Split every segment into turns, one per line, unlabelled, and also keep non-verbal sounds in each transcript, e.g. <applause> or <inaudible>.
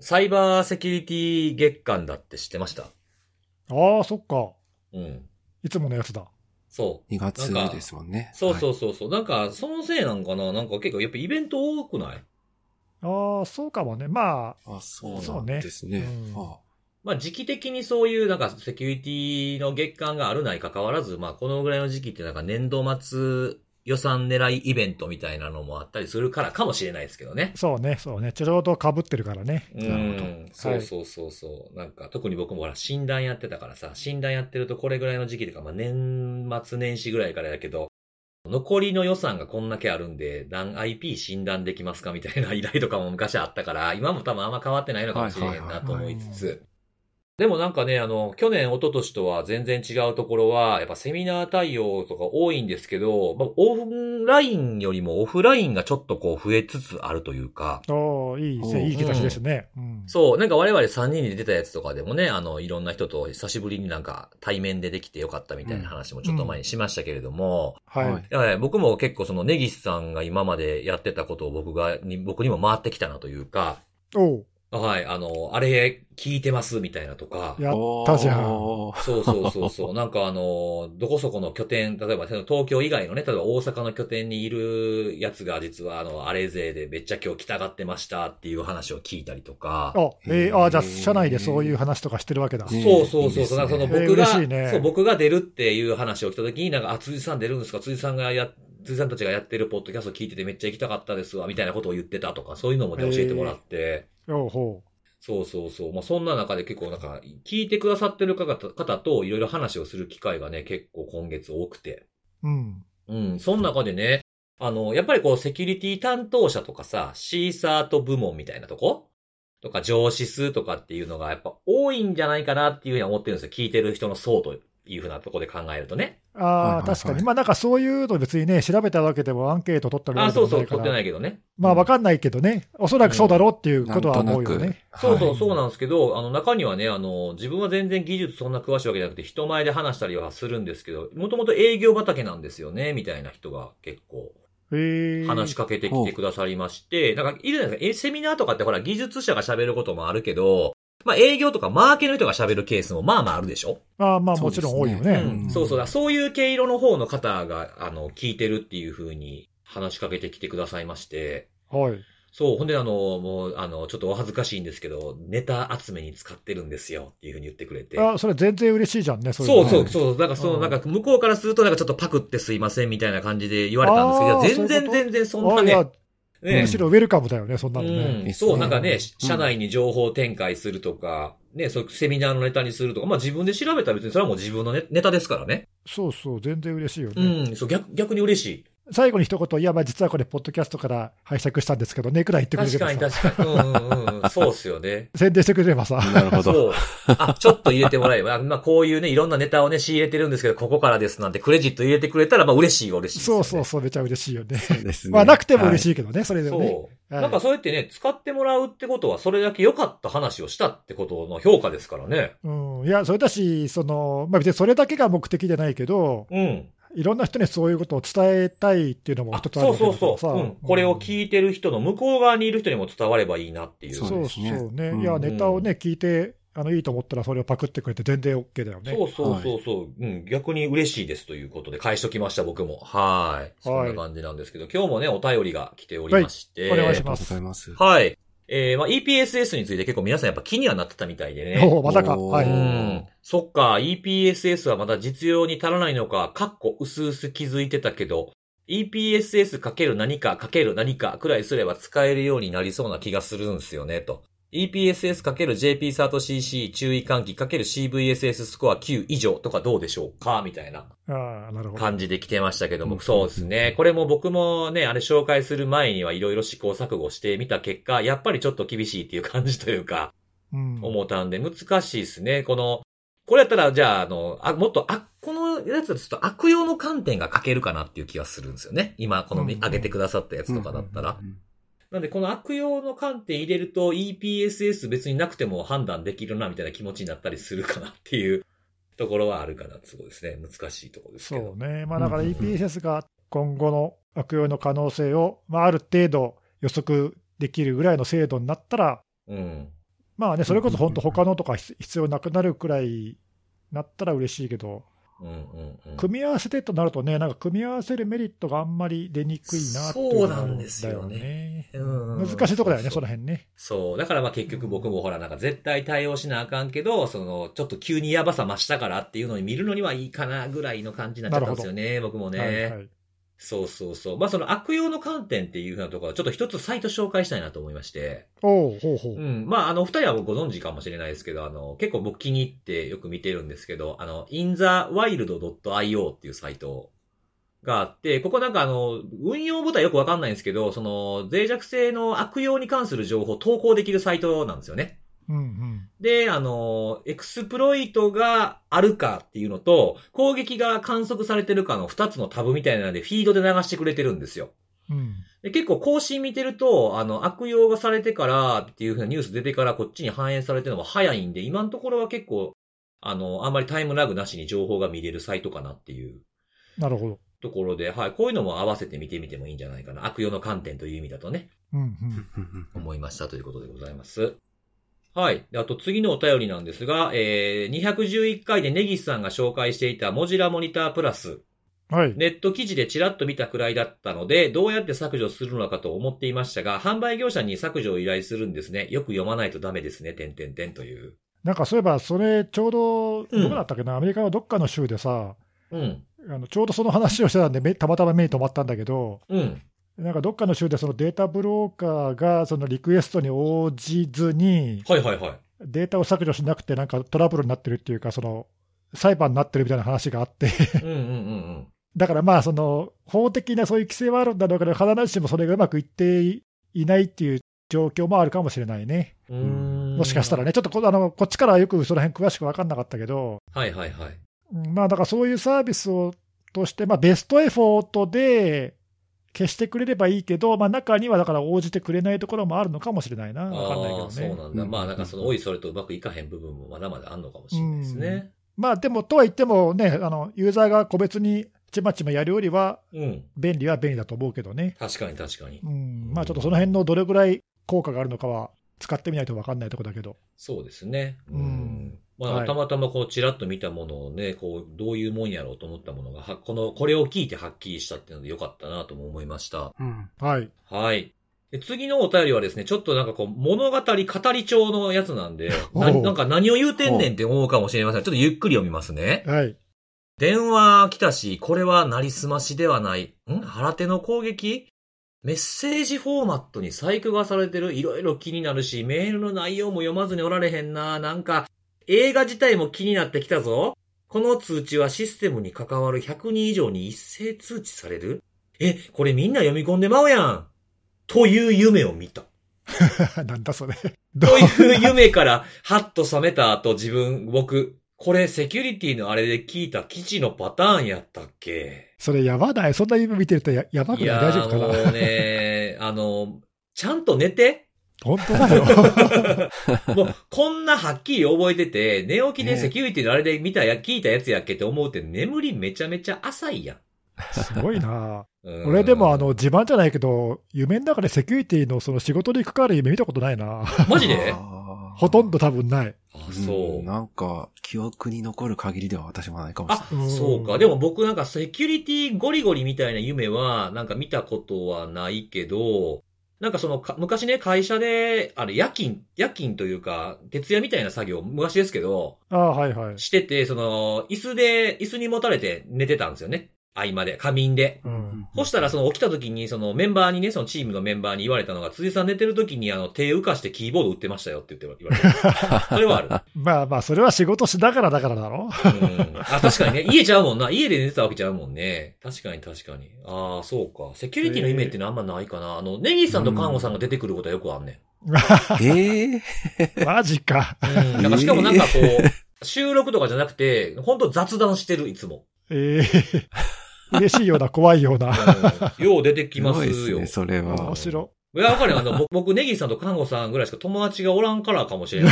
サイバーセキュリティ月間だって知ってました
ああ、そっか。
うん。
いつものやつだ。
そう。
2月
なんか
ですもんね。。
そうそううそうそう。なんか、そのせいなんかななんか結構やっぱイベント多くない
ああ、そうかもね。ま
あ、そう
そ
な
うんね
ですね。
うん
あ
まあ時期的にそういうなんかセキュリティの月間があるない関わらず、まあこのぐらいの時期ってなんか年度末予算狙いイベントみたいなのもあったりするからかもしれないですけどね
あ、。そうね、そうね。ちょうど被ってるからね。
う
なるほ
ん。そ
は
う
い
そうそうそう。なんか特に僕もほら診断やってたからさ、診断やってるとこれぐらいの時期とか、まあ年末年始ぐらいからやけど、残りの予算がこんだけあるんで、何 IP 診断できますかみたいな依頼とかも昔あったから、今も多分あんま変わってないのかもしれへんなと思いつ
はいはいはい
つ。でもなんかね、あの、去年、一昨年とは全然違うところは、やっぱセミナー対応とか多いんですけど、まあ、オンラインよりもオフラインがちょっとこう増えつつあるというか、
おーいい
お
せ、
ー
いい兆しですね。うん。
そう、なんか我々3人で出たやつとかでもね、あの、いろんな人と久しぶりになんか対面でできてよかったみたいな話もちょっと前にしましたけれども、
あ
はい。
いやいや僕も結構その根岸さんが今までやってたことを僕が、に僕にも回ってきたなというか、
おう
はい、あの、あれ聞いてますみたいなとか、
やったじゃん。
おー
そうそうそうそう。 <laughs> なんかあの、どこそこの拠点、例えばその東京以外のね、例えば大阪の拠点にいるやつが実はあの、あれ勢でめっちゃ今日来たがってましたっていう話を聞いたりとか。
あ、えー、あーじゃあ、
へー
社内でそういう話とかしてるわけだ。
ね
そうそうそう。
いいですね
なんかその
え
ー
僕が、
嬉しいね
そう、僕が出るっていう話を来た時に、なんか、あ、辻さん出るんですか辻さんがや、辻さんたちがやってるポッドキャスト聞いててめっちゃ行きたかったですわ、みたいなことを言ってたとか、そういうのもね、
へー
教えてもらって。
おうほ
そうそうそう。まあ、そんな中で結構なんか、聞いてくださってる方方といろいろ話をする機会がね、結構今月多くて。
う。うん。
うん、その中でね、あの、やっぱりこう、セキュリティ担当者とかさ、シーサート部門みたいなとことか、上司数とかっていうのがやっぱ多いんじゃないかなっていうふうには思ってるんですよ。聞いてる人の層というふうなところで考えるとね。
あ
はい
あ、
はい
確かに。まあなんかそういうの別にね、調べたわけでもアンケート取ったわ
あ、
けで
そ
も
うそ
な
う、
いか
取ってな
ら。
いけどね。
まあわかんないけどね、おそらくそうだろうっていうことは思うよね。
そうそ
は
う、
い
そうなんですけど、あの中にはね、あの、自分は全然技術そんな詳しいわけじゃなくて、人前で話したりはするんですけど、もともと営業畑なんですよね、みたいな人が結構
へえ。
話しかけてきてくださりまして、なんか、いるじゃないですか、えセミナーとかってほら、技術者が喋ることもあるけど、まあ営業とかマーケの人が喋るケースもまあまああるでしょ、
ああ、まあもちろん多いよ
う
う
です
ね
ん。そうそうだ、そういう毛色の方の方が、あの、聞いてるっていう風に話しかけてきてくださいまして、
はい。
そう、ほんであの、もう、あの、ちょっとお恥ずかしいんですけど、ネタ集めに使ってるんですよっていう風に言ってくれて。
あそれ全然嬉しいじゃんね、それ
そうそ
は
う
い
そう。なんかその、なんか向こうからするとなんかちょっとパクってすいませんみたいな感じで言われたんですけど、
あー
いや全
そういう
然
こと
全然そん
あ
ないね
や、。
ね
むしろウェルカムだよね、そんなのね。
うん、
ですね
そう、なんかね、
うん
社内に情報展開するとか、ね、そういうセミナーのネタにするとか、まあ自分で調べたら別にそれはもう自分のネネタですからね。
そうそう、全然嬉しいよ
う
ね。
ん、そう、逆、逆に嬉しい。
最後に一言、いや、まあ実はこれ、ポッドキャストから拝借したんですけどね、くらい言ってくれ
確か
れ
に
ばさ、
確かに。うんうんうん、そうっすよね。
宣伝してくれれ
<laughs>
ばさ、
なるほど。
そう。あ、ちょっと入れてもらえば、あまあこういうね、いろんなネタをね、仕入れてるんですけど、ここからですなんてクレジット入れてくれたら、まあ嬉しいは嬉しいですよ
そ
ね、
うそうそう、めちゃ嬉しいよね。
そうですね。
まあなくても嬉
い。
しいけどね、それでもね。
そう。
はい
なんかそうやってね、使ってもらうってことは、それだけ良かった話をしたってことの評価ですからね。
うん、いや、それだし、その、まあ別にそれだけが目的じゃないけど、
うん。
いろんな人にそういうことを伝えたいっていうのも
あ
一つある
そ
わ
う
け
そう
だから
そう。
さ
うん。これを聞いてる人の向こう側にいる人にも伝わればいいなっていう。
そ
そうう
で
そう
すね
そうね。
うん
いや、ネタをね、聞いて、あの、いいと思ったらそれをパクってくれて全然 OK だよね。
そうそうそうそう、うん。逆に嬉しいですということで、返しときました、僕も。はい。そんな感じなんですけど、今日もね、お便りが来ておりまして。
はいお願い
あり
し
がと
ま
うございます。
はい。えー、まあ EPSS について結構皆さんやっぱ気にはなってたみたいでね。
<laughs> おおまたか。
おー
は
う
い。
ん。そっか、EPSS はまだ実用に足らないのか、かっこ薄々気づいてたけど、EPSS かける何かかける何かくらいすれば使えるようになりそうな気がするんですよね、と。EPSS かける JPSARTCC 注意喚起かける CVSS スコア9以上とかどうでしょうかみたいな
ああ、なるほど。
感じで来てましたけど
う
も、
ん
そうですね。これも僕もね、あれ紹介する前にはいろいろ試行錯誤してみた結果、やっぱりちょっと厳しいっていう感じというか、
うん。
思ったんで、難しいですね。この、これやったら、じゃあ、あの、あ、もっと、あ、このやつだとちょっと悪用の観点が書けるかなっていう気がするんですよね。今、この
うんう
上
ん
げてくださったやつとかだったら。なんで、この悪用の観点入れると EPSS 別になくても判断できるな、みたいな気持ちになったりするかなっていうところはあるかな。そうですね。難しいところですけ
そ
ど
う。ね。まあだから
うん
EPSS が今後の悪用の可能性を、まあある程度予測できるぐらいの精度になったら、
うん。
まあね、それこそ本当、他のとか必必要なくなるくらいなったら嬉しいけど、
うんうんうん。
組み合わせてとなるとね、なんか組み合わせるメリットがあんまり出にくいなってい
そう
のが
な
ある
ん
んだ
ですよ
よね。
うん
難しいとこだよね、
そ
そうの辺ね。
そう。だからまあ結局僕もほら、なんか絶対対応しなあかんけど、その、ちょっと急にやばさ増したからっていうのに見るのにはいいかなぐらいの感じになっちゃったんですよね、僕もね。
はいはい。
そうそうそう。まあその悪用の観点っていうふうなところ、ちょっと一つサイト紹介したいなと思いまして。
おうほうほう。
うん。まあ、あの、二人はご存知かもしれないですけど、あの、結構僕気に入ってよく見てるんですけど、あの、inthewild.io っていうサイトがあって、ここなんかあの、運用ボタンよくわかんないんですけど、その、脆弱性の悪用に関する情報を投稿できるサイトなんですよね。
うんうん。
で、あの、エクスプロイトがあるかっていうのと、攻撃が観測されてるかの二つのタブみたいなので、フィードで流してくれてるんですよ。
うん。
で結構更新見てると、あの、悪用がされてからっていうふうなニュース出てからこっちに反映されてるのが早いんで、今のところは結構、あの、あんまりタイムラグなしに情報が見れるサイトかなっていう
なるほど。
ところで、はい、こういうのも合わせて見てみてもいいんじゃないかな。悪用の観点という意味だとね、
うんうん。
思いましたということでございます。はい。であと次のお便りなんですが、えー、211回でネギスさんが紹介していたモジラモニタープラス。
はい。
ネット記事でちらっと見たくらいだったので、どうやって削除するのかと思っていましたが、販売業者に削除を依頼するんですね。よく読まないとダメですね、てんてんてんという。
なんかそういえば、それ、ちょうど、
うん
どこだったっけな、アメリカのどっかの州でさ、
うん。
あのちょうどその話をしてたんで、めたまたま目に留まったんだけど、
うん。
なんかどっかの州でそのデータブローカーがそのリクエストに応じずに、
はいはいはい。
データを削除しなくて、なんかトラブルになってるっていうか、その裁判になってるみたいな話があって、 <laughs>
うんうんうん
だからまあ、その法的なそういう規制はあるんだろうけど、必ずしもそれがうまくいっていないっていう状況もあるかもしれないね、
うん。うーん
もしかしたら。ね、ちょっとこあのこっちからはよくその辺詳しく分かんなかったけど、
はいはいはい。
うんまあ、だからそういうサービスをとして、まあ、ベストエフォートで消してくれればいいけど、まあ、中にはだから応じてくれないところもあるのかもしれないな、
あ
わかんないけ
ー
ど
そう
ね。
なんだ。まあなんかその、おいそれとうまくいかへん部分もまだまだあんのかもしれないですね。
まあ、でも、とは言ってもね、あのユーザーが個別にちまちまやるよりは、
うん。
便利は便利だと思うけどね、
確かに確かに。
うんまあ、ちょっとその辺のどれぐらい効果があるのかは、使ってみないと分かんないところだけど、
そうですね。
うん
ま
は
あ、
い
たまたまこう、ちらっと見たものをね、こう、どういうもんやろうと思ったものが、はこの、これを聞いてはっきりしたっていうのでよかったなとも思いました。
うん。
はい、
はい。で次のお便りはですね、ちょっとなんかこう、物語、語り調のやつなん
<laughs>
で、
おう
ななんか何を言うてんねんって思うかもしれません。ちょっとゆっくり読みますね。
はい、 <laughs>
電話来たし、これはなりすましではない。ん腹手の攻撃メッセージフォーマットに細工がされてる。いろいろ気になるし、メールの内容も読まずにおられへんな。なんか、映画自体も気になってきたぞ。この通知はシステムに関わる100人以上に一斉通知されるえ、これみんな読み込んでまうやん。という夢を見た。
なんだそれ。
という夢から、はっと覚めた後、自分、僕、これセキュリティのあれで聞いた基地のパターンやったっけ
それやばない、そんな夢見てるとややばく
い
ない、
や
大丈夫
ーも
かな、
うね、 <laughs> あの、ちゃんと寝
<laughs>
て。
本当だよ。 <laughs>
もう、こんなはっきり覚えてて、寝起きでセキュリティのあれで見たや、聞いたやつやっけって思うって、眠りめちゃめちゃ浅いやん。
すごいな。
うん
俺でもあ、の自慢じゃないけど、夢の中でセキュリティのその仕事に関わる夢見たことないな。
マジ
<laughs>
であ、
あー
ほとんど多分ない。
そう。
なんか、記憶に残る限りでは私もないかもし
あ、そうか。でも僕なんかセキュリティゴリゴリみたいな夢は、なんか見たことはないけど、なんかそのか、昔ね、会社で、あの、夜勤、夜勤というか、徹夜みたいな作業、昔ですけど、
ああ、はいはい。
してて、その、椅子で、椅子に持たれて寝てたんですよね。合間で、仮眠で。
れない。
うん
そしたら、その起きた時に、そのメンバーにね、そのチームのメンバーに言われたのが、辻さん寝てる時に、あの、手浮かしてキーボード打ってましたよって言って言われて。それはある。
まあまあ、それは仕事しながらだからだろ。
うんあ、確かにね。家ちゃうもんな。家で寝てたわけちゃうもんね。確かに確かに。ああ、そうか。セキュリティの夢っていうのはあんまないかな。あの、ネギさんと看護さんが出てくることはよくあんね
ええ
マジか。
ん。うん。なんかしかもなんかこう、収録とかじゃなくて、ほんと雑談してる、いつも。
ええ嬉しいような、怖いような。
うんよう出てきます
ごいです
よ。
ね、それは
面。白。
いや、わかるよあの、 <laughs> 僕、僕ネギさんと看護さんぐらいしか友達がおらんからかもしれな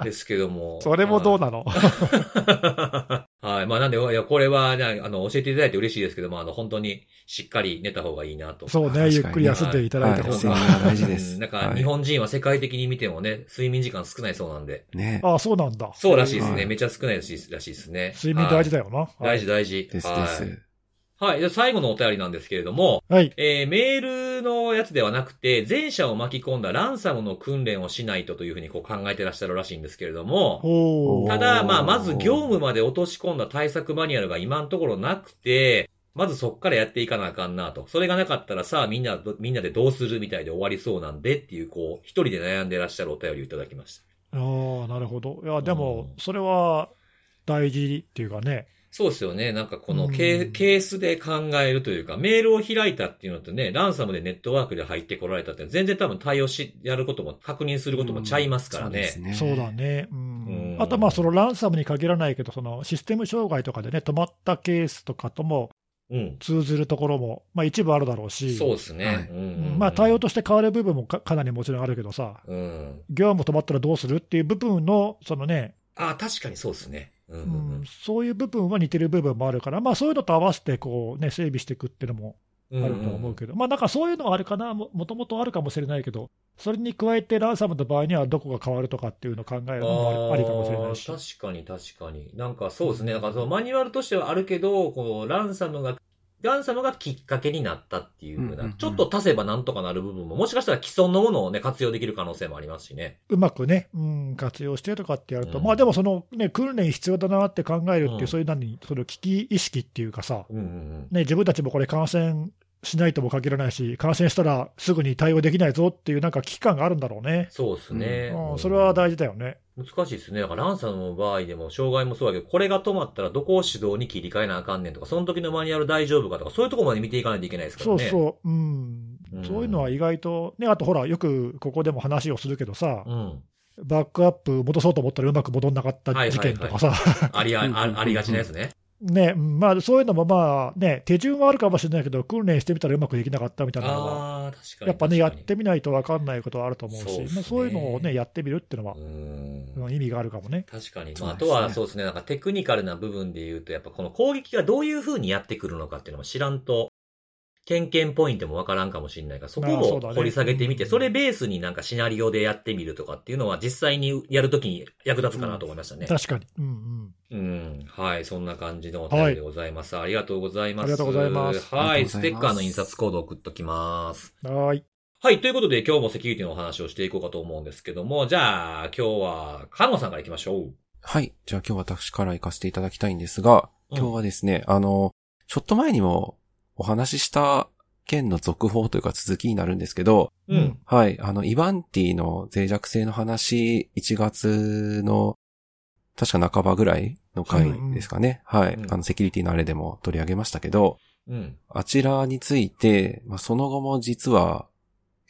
いですけども。
それもどうなの
はいはい。まあ、なんで、いや、これは、ね、あの、教えていただいて嬉しいですけども、あの、本当にしっかり寝た方がいいなと。
そうね、
確かに
ゆっくり休んでいただいた
は
方
い
が。
睡眠は大事です
うんなん
は
か、
い
日本人は世界的に見てもね、睡眠時間少ないそうなんで。
ね
ああ、そうなんだ。
そうらしいです
は
ね。
い
めちゃ少ないらしいらしいですね。
睡眠大事
だ。
だよな。は
大
い
事大事。
です
は
で
い
す。
はい。じゃあ最後のお便りなんですけれども、
はい。
えーメールのやつではなくて、前者を巻き込んだランサムの訓練をしないとというふうにこう考えてらっしゃるらしいんですけれども、
おー
ただ、まあ、
おー
まず業務まで落とし込んだ対策マニュアルが今のところなくて、まずそっからやっていかなあかんなと。それがなかったらさあみんな、みんなでどうするみたいで終わりそうなんでっていう、こう、一人で悩んでらっしゃるお便りをいただきました。
ああ、なるほど。いや、でも
う、ん
それは大事っていうかね。
そうですよね。なんかこの
うん
ケーケースで考えるというか、メールを開いたっていうのとね、ランサムでネットワークで入ってこられたって、全然多分対応し、やることも、確認することもちゃいますから
うん
ね。
そうですね。
そうだね。う
うんん。
あと、まあ、そのランサムに限らないけど、そのシステム障害とかでね、止まったケースとかとも
うん。
通ずるところも、まあ、一部あるだろうし。
そうですね。
はい
うんう
うん
ん
まあ、対応として変わる部分もかかなりもちろんあるけどさ、
うん。
業務止まったらどうするっていう部分の、そのね、
ああ、確かにそうですね。うんう
うんんそういう部分は似てる部分もあるから、まあ、そういうのと合わせてこう、ね、整備していくっていうのも
うん。
あるとは思うけど、まあ、なんかそういうのはあるかな、ももともとあるかもしれないけど、それに加えてランサムの場合にはどこが変わるとかっていうのを考えるのもありありかもしれないし
あ。ー確かに確かに。なんかそうですね。なんかそのマニュアルとしてはあるけど、このランサムが、ランサムがきっかけになったっていうふう
うんうんう
な、
ん
ちょっと足せばなんとかなる部分も、もしかしたら既存のものをね、活用できる可能性もありますしね。
うまくね、うん、活用してとかってやると、
うん
まあでもその、ね、訓練必要だなって考えるっていう、
うん
そういう何、その危機意識っていうかさ、
うんうんうん。
ね、自分たちもこれ、感染しないとも限らないし、感染したらすぐに対応できないぞっていう、なんか危機感があるんだろうね。
そうですね、
うん、それは大事だよね。
難しいですね。だからランサムの場合でも、障害もそうだけど、これが止まったらどこを指導に切り替えなあかんねんとか、その時のマニュアル大丈夫かとか、そういうところまで見ていかないといけないですから
そう
ね。う。
そう、うん
うん、
そういうのは意外と、ね、あとほら、よくここでも話をするけどさ、
うん。
バックアップ戻そうと思ったらうまく戻んなかった事件とかさ、
ありあ、
うんうんうんうん
あありがちなやつね。
ねうんまあ、そういうのもまあ、ね、手順はあるかもしれないけど、訓練してみたらうまくできなかったみたいなのは、
ああ、確かに。
やっぱね、や
確か
っ
に
てみないと分かんないことはあると思うし、
そうっすね
まあ、そういうのをね、やってみるっていうのは
う、ん。
うん意味があるかもね。
確かに。
そ
まあ、
う
あ
です
と
ね
はそうですね、なんかテクニカルな部分で言うと、やっぱこの攻撃がどういう風にやってくるのかっていうのも知らんと、点検ポイントもわからんかもしれないから、そこ
ああそうだ
も
ね
掘り下げてみて、
うん
それベースになんかシナリオでやってみるとかっていうのは実際にやるときに役立つかなと思いましたね。
確かに。うん
うん。はい。そんな感じのお便りでございます。ありがとうございます。
ありがとうございます
は
あり
い。
がと
ス
うござ
テ
い
ッ
ます
カーの印刷コードを送っときます。
うん。はーい。
はい。ということで、今日もセキュリティのお話をしていこうかと思うんですけども、じゃあ、今日は、カノさんから行きましょう。
はい。じゃあ今日私から行かせていただきたいんですが、
うん
今日はですね、あの、ちょっと前にもお話しした件の続報というか続きになるんですけど、
うん。
はい。あの、イバンティの脆弱性の話、1月の、確か半ばぐらいの回ですかね。はい
うん。
あの、セキュリティのあれでも取り上げましたけど、
うん。
あちらについて、まあ、その後も実は、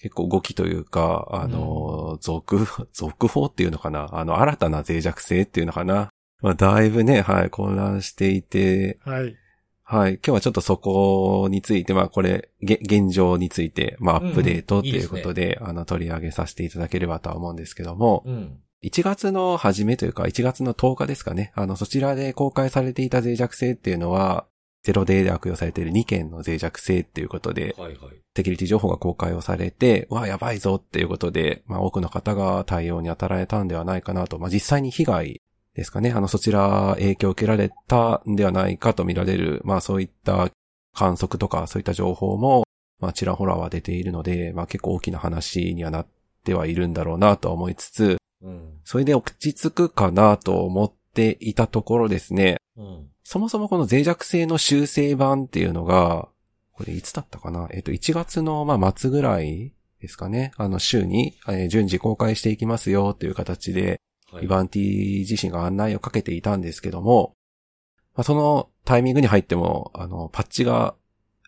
結構動きというか、あの、続、続報っていうのかなあの、新たな脆弱性っていうのかなまあ、だいぶね、はい、混乱していて、
はい。
はい、今日はちょっとそこについて、まあ、これ、げ現状について、まあ、アップデート
うん
っ
う
て
んいいで
い
す
う
ね
ことで、あの、取り上げさせていただければとは思うんですけども、
うん。
1月の初めというか、1月の10日ですかね。あの、そちらで公開されていた脆弱性っていうのは、ゼロデーで悪用されている2件の脆弱性っていうことで、
はいはい。
セキュリティ情報が公開をされて、うわ、やばいぞっていうことで、まあ多くの方が対応に当たられたんではないかなと、まあ実際に被害ですかね、あの、そちら影響を受けられたんではないかと見られる、まあそういった観測とかそういった情報も、まあちらほらは出ているので、まあ結構大きな話にはなってはいるんだろうなとは思いつつ、
うん。
それで落ち着くかなと思っていたところですね。
うん。
そもそもこの脆弱性の修正版っていうのが、これいつだったかなえっと、1月の、まあ、末ぐらいですかね。あの、週に、えー順次公開していきますよという形で、
は
イバンティ自身が案内をかけていたんですけども、まあ、そのタイミングに入っても、あの、パッチが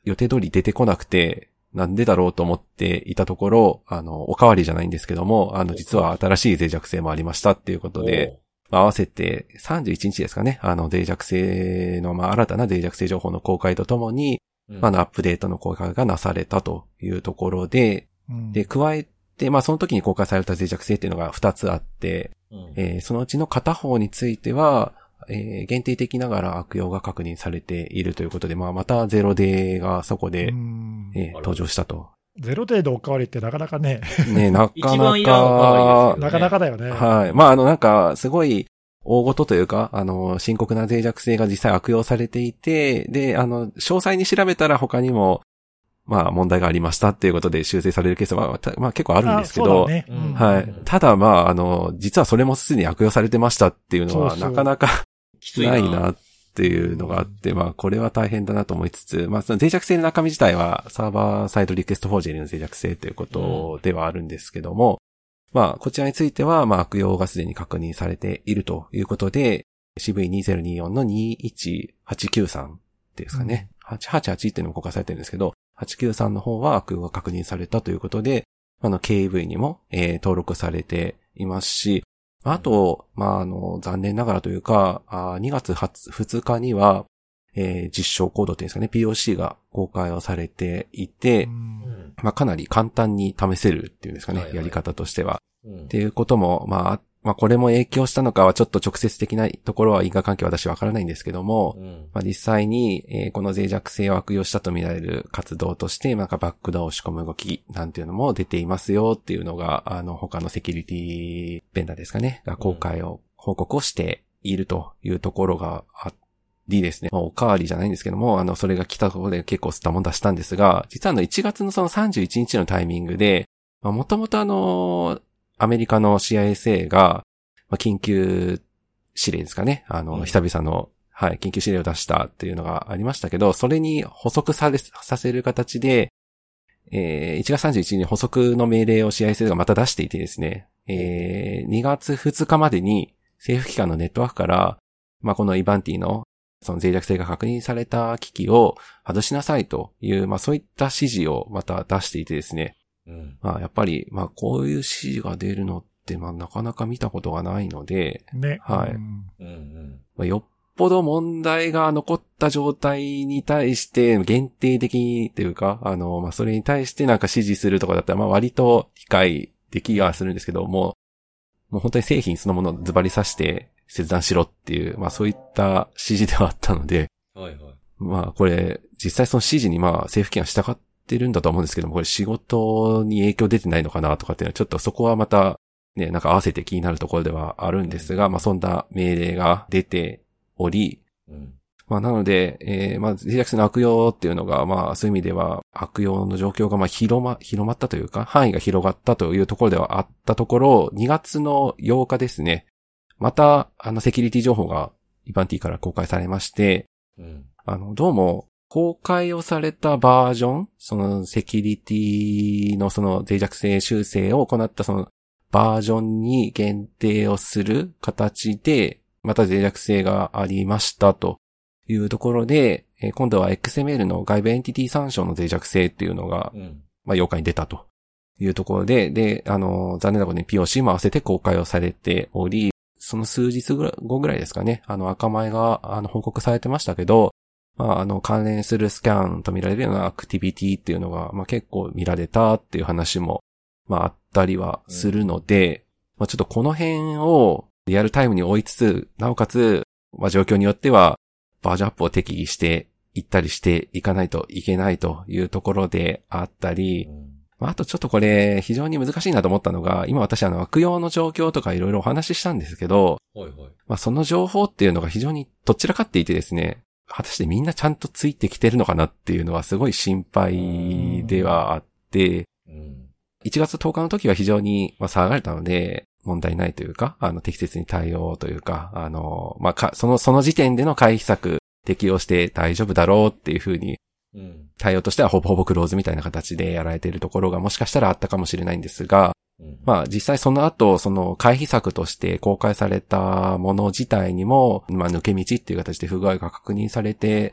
予定通り出てこなくて、なんでだろうと思っていたところ、あの、おかわりじゃないんですけども、あの、実は新しい脆弱性もありましたっていうことで、まあ合わせて31日ですかね、あの脆弱性の、まあ新たな脆弱性情報の公開とともに、
おう、
まああのアップデートの公開がなされたというところで、
うん
で、加えて、まあその時に公開された脆弱性っていうのが2つあって、
うん、
えーそのうちの片方については、えー限定的ながら悪用が確認されているということで、まあ、またゼロデーがそこで、
うん
えー登場し
<laughs>
たと。
ゼロデーでおかわりってなかなかね、
ね、なか
一
な
番いらん
か
わ、
なかなかだよね。
はい。まあ、あの、なんか、すごい、大事というか、あの、深刻な脆弱性が実際悪用されていて、で、あの、詳細に調べたら他にも、まあ、問題がありましたっていうことで修正されるケースは、たまあ、結構あ
あ
るんですけ
そ
ど、
うだねう
うん
ん
はい。ただ、まあ、あの、実はそれもすでに悪用されてましたっていうのは、
そうそう
なかなか
きつい
な
な。
いなっていうのがあって、まあ、これは大変だなと思いつつ、まあ、その脆弱性の中身自体は、サーバーサイドリクエストフォージェリの脆弱性ということではあるんですけども、まあ、こちらについては、まあ、悪用がすでに確認されているということで、CV2024 の21893ですかね。888っていうのも公開されてるんですけど、893の方は悪用が確認されたということで、あの、KV にも、えー登録されていますし、あと、まあ、あの、残念ながらというか、あー2月2日には、えー実証コードっていうんですかね、POC が公開をされていて、
うん
うん
まあ、かなり簡単に試せるっていうんですかね、
はいはい
やり方としては。
うん
っていうことも、まあ、まあ、これも影響したのかはちょっと直接的なところは因果関係は私わからないんですけども、
うん
まあ、実際に、えーこの脆弱性を悪用したとみられる活動として、なんかバックドアを仕込む動きなんていうのも出ていますよっていうのが、あの、他のセキュリティベンダーですかね、が公開を、報告をしているというところがありですね。まあ、おかわりじゃないんですけども、あの、それが来たところで結構吸ったもんだしたんですが、実はあの、1月のその31日のタイミングで、まあ、もともとあの、アメリカの CISA が、まあ、緊急指令ですかね。あの、
うん
久々の、はい、緊急指令を出したっていうのがありましたけど、それに補足され、させる形で、えー1月31日に補足の命令を CISA がまた出していてですね、えー2月2日までに政府機関のネットワークから、まあ、このイバンティのその脆弱性が確認された機器を外しなさいという、まあ、そういった指示をまた出していてですね、
うん
まあ、やっぱり、まあ、こういう指示が出るのって、まあ、なかなか見たことがないので、
ね。
はい
うん
うんうん
まあ、よっぽど問題が残った状態に対して、限定的にというか、あの、まあ、それに対してなんか指示するとかだったら、まあ、割と理解できはするんですけど、もう、もう本当に製品そのものをズバリ刺して切断しろっていう、まあ、そういった指示ではあったので、
はいはい。
まあこれ、実際その指示にまあ政府機関従ってるんだと思うんですけども、これ仕事に影響出てないのかなとかっていうのは、ちょっとそこはまた、ね、なんか合わせて気になるところではあるんですが、まあそんな命令が出ており、
うん
まあなので、えー、まあ脆弱性の悪用っていうのが、まあそういう意味では悪用の状況がまあ広ま、広まったというか、範囲が広がったというところではあったところ、2月の8日ですね、またあのセキュリティ情報がイバンティから公開されまして、
うん
あの、どうも、公開をされたバージョン、そのセキュリティのその脆弱性修正を行ったそのバージョンに限定をする形で、また脆弱性がありましたというところで、えー今度は XML の外部エンティティ参照の脆弱性っていうのが
う、ん
まあ、8日に出たというところで、で、あの、残念なことに POC も合わせて公開をされており、その数日ぐら後ぐらいですかね、あの、赤前が、あの、報告されてましたけど、まあ、あの、関連するスキャンと見られるようなアクティビティっていうのが、まあ、結構見られたっていう話も、まあ、あったりはするので、まあ、ちょっとこの辺をリアルタイムに追いつつ、なおかつ、まあ、状況によっては、バージョンアップを適宜していったりしていかないといけないというところであったり、まあ、あとちょっとこれ、非常に難しいなと思ったのが、今私あの、悪用の状況とかいろいろお話ししたんですけど、
はいはい。
まあ、その情報っていうのが非常にどちらかっていてですね、果たしてみんなちゃんとついてきてるのかなっていうのはすごい心配ではあって、
うん
1月10日の時は非常に、まあ、騒がれたので、問題ないというか、あの、適切に対応というか、あの、まあ、か、その、その時点での回避策適用して大丈夫だろうっていうふうに
うん
対応としてはほぼほぼクローズみたいな形でやられているところがもしかしたらあったかもしれないんですが、
うん
まあ実際その後、その回避策として公開されたもの自体にも、まあ抜け道っていう形で不具合が確認されて、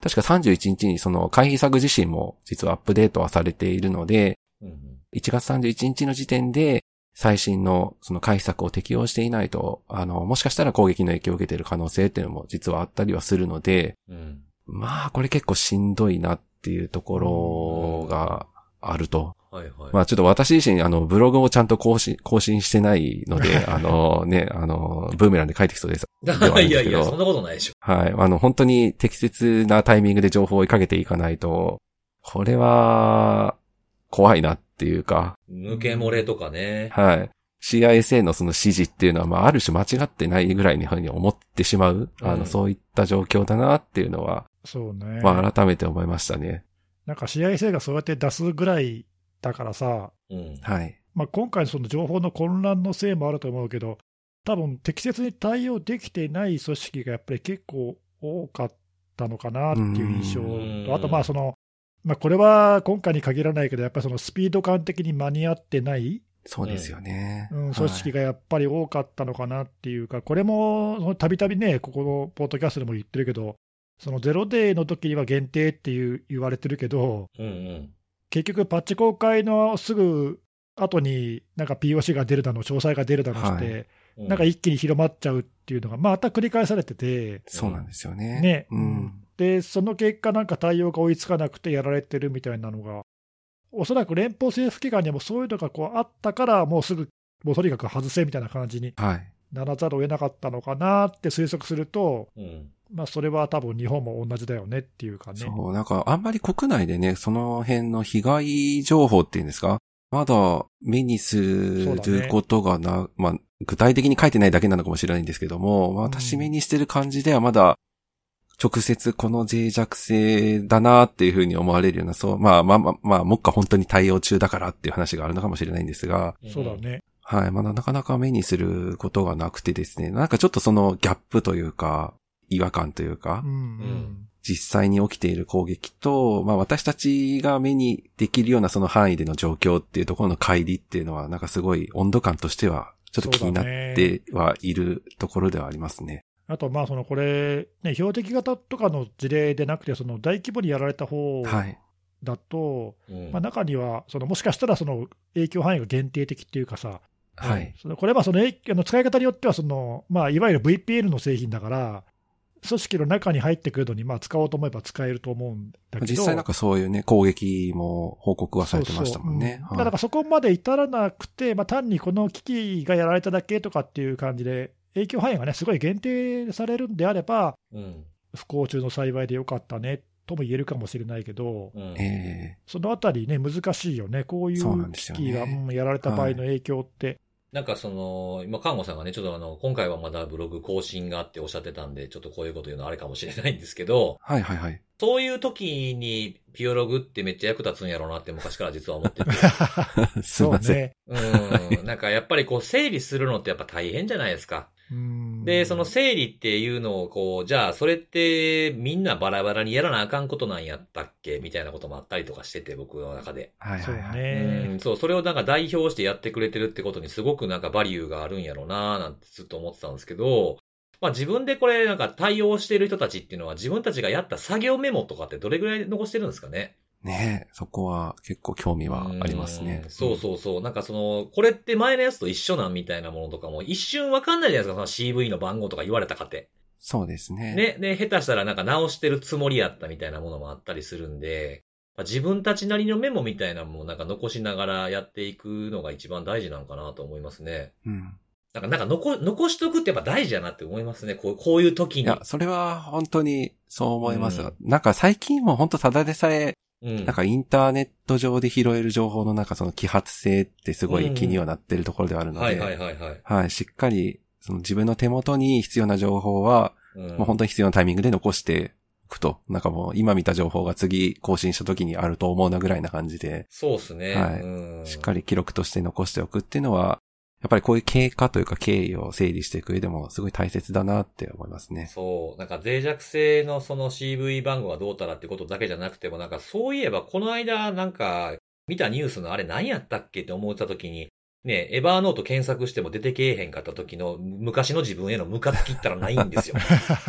確か31日にその回避策自身も実はアップデートはされているので、
うん
1月31日の時点で最新のその回避策を適用していないと、あの、もしかしたら攻撃の影響を受けている可能性っていうのも実はあったりはするので、
うん
まあ、これ結構しんどいなっていうところがあると
はいはい。
まあちょっと私自身、あの、ブログをちゃんと更新、更新してない
<laughs>
ので、あのね、あの、ブーメランで書いてきそうです。ではあるん
い
で
や
すけ
い
ど
や、そんなことないでしょ。
はい。あの、本当に適切なタイミングで情報を追いかけていかないと、これは、怖いなっていうか、
抜け漏れとかね。
はい。CISA のその指示っていうのは、まあ、ある種間違ってないぐらいにふうに思ってしまう、あ
うん
の、そういった状況だなっていうのは、
そうね。
まあ、改めて思いましたね。
なんか CISA がそうやって出すぐらいだからさ、
うん。
はい。
まあ、今回のその情報の混乱のせいもあると思うけど、多分適切に対応できてない組織がやっぱり結構多かったのかなっていう印
う
ー
象
ん
と、あとまあその、まあ、これは今回に限らないけど、やっぱりそのスピード感的に間に合ってない、
そうですよね。
うん、組織
が。
がやっぱり多かったのかなっていうか、これもそのたびたびね、ここのポッドキャストでも言ってるけど、そのゼロデーの時には限定っていう言われてるけど、
うんうん。
結局、パッチ公開のすぐ後に、なんか POC が出るだの、詳細が出るだのして、
う
なんか一気に広まっちゃうっていうのが、また繰り返されてて、
そうなんですよね。
ね
うん。
でその結果、なんか対応が追いつかなくてやられてるみたいなのが、おそらく連邦政府機関にもそういうのがこうあったから、もうすぐ、もうとにかく外せみたいな感じに
はい。
ならざるを得なかったのかなって推測すると、
うん。
まあ、それは多分日本も同じだよねっていうかね。
そう、なんか、あんまり国内でね、その辺の被害情報っていうんですかまだ目にす
そうだね
ることがな、まあ、具体的に書いてないだけなのかもしれないんですけども、まあ私目にしてる感じではまだ、直接この脆弱性だなっていうふうに思われるような、そう、まあまあまあ、まあ、もっか本当に対応中だからっていう話があるのかもしれないんですが、
うん
そうだ。ね。
はい。まあ、なかなか目にすることがなくてですね。なんかちょっとそのギャップというか、違和感というか
う、ん、う
うんん。
実際に起きている攻撃と、まあ、私たちが目にできるようなその範囲での状況っていうところの乖離っていうのは、なんかすごい温度感としては、ちょっと気になっ
そうだね
てはいるところではありますね。
あと、まあ、そのこれ、ね、標的型とかの事例でなくて、その大規模にやられた方
はい。
だと、
うん
まあ、中にはその、もしかしたらその影響範囲が限定的っていうかさ、
はい。
そのこれはそのえいあの使い方によってはその、まあ、いわゆる VPN の製品だから、組織の中に入ってくるのに、まあ、使おうと思えば使えると思うんだけど、
実際なんかそういうね、攻撃も報告はされてましたもん
そ
ね
う。そうう
はい
だからそこまで至らなくて、まあ、単にこの機器がやられただけとかっていう感じで、影響範囲がね、すごい限定されるんであれば、
うん。
不幸中の幸いでよかったねとも言えるかもしれないけど、
うん。
え
そのあたりね、難しいよね、こうい
そうな
うん
で
機
すよね
器がうんやられた場合の影響って、
なんかその、今、看護さんがね、ちょっとあの、今回はまだブログ更新があっておっしゃってたんで、ちょっとこういうこと言うのあれかもしれないんですけど、
えはいはいはい。
そういう時にピオログってめっちゃ役立つんやろうなって昔から実は思ってて。
<laughs>
<laughs> すいません。
ね。
うん。なんかやっぱりこう整理するのってやっぱ大変じゃないですか。
うん
で、その整理っていうのをこう、じゃあそれってみんなバラバラにやらなあかんことなんやったっけみたいなこともあったりとかしてて、僕の中で。
はい
そ
は
う
いはい。
う
ね。
ん、そう、それをなんか代表してやってくれてるってことにすごくなんかバリューがあるんやろうなーなんてずっと思ってたんですけど、まあ自分でこれなんか対応してる人たちっていうのは自分たちがやった作業メモとかってどれぐらい残してるんですかね
ねえ、そこは結構興味はありますね
う。んそうそうそう。なんかその、これって前のやつと一緒なんみたいなものとかも一瞬わかんないじゃないですか、その CV の番号とか言われたかって。
そうですね。
ね、で、下手したらなんか直してるつもりやったみたいなものもあったりするんで、まあ自分たちなりのメモみたいなのもなんか残しながらやっていくのが一番大事なのかなと思いますね。
うん。
なんか、なんか残、残しとくってやっぱ大事だなって思いますね。こうこういう時
い
に。
や、それは本当にそう思います。
うん
なんか最近も本当ただでさえ、
うん。
なんかインターネット上で拾える情報のなんかその揮発性ってすご
う
い
ん
気にはなってるところではあるので、
はいはいはいはい。
はいしっかりその自分の手元に必要な情報は、
うん
もう本当に必要なタイミングで残しておくと、なんかもう今見た情報が次更新した時にあると思うなぐらいな感じで、
そうですね。
はい
うん、
しっかり記録として残しておくっていうのは、やっぱりこういう経過というか経緯を整理していく上でもすごい大切だなって思いますね。
そう。なんか脆弱性のその CV 番号がどうたらってことだけじゃなくても、なんかそういえばこの間なんか見たニュースのあれ何やったっけって思った時に、ね、エバーノート検索しても出てけえへんかった時の昔の自分へのムカつきったらないんです
<laughs>
よ。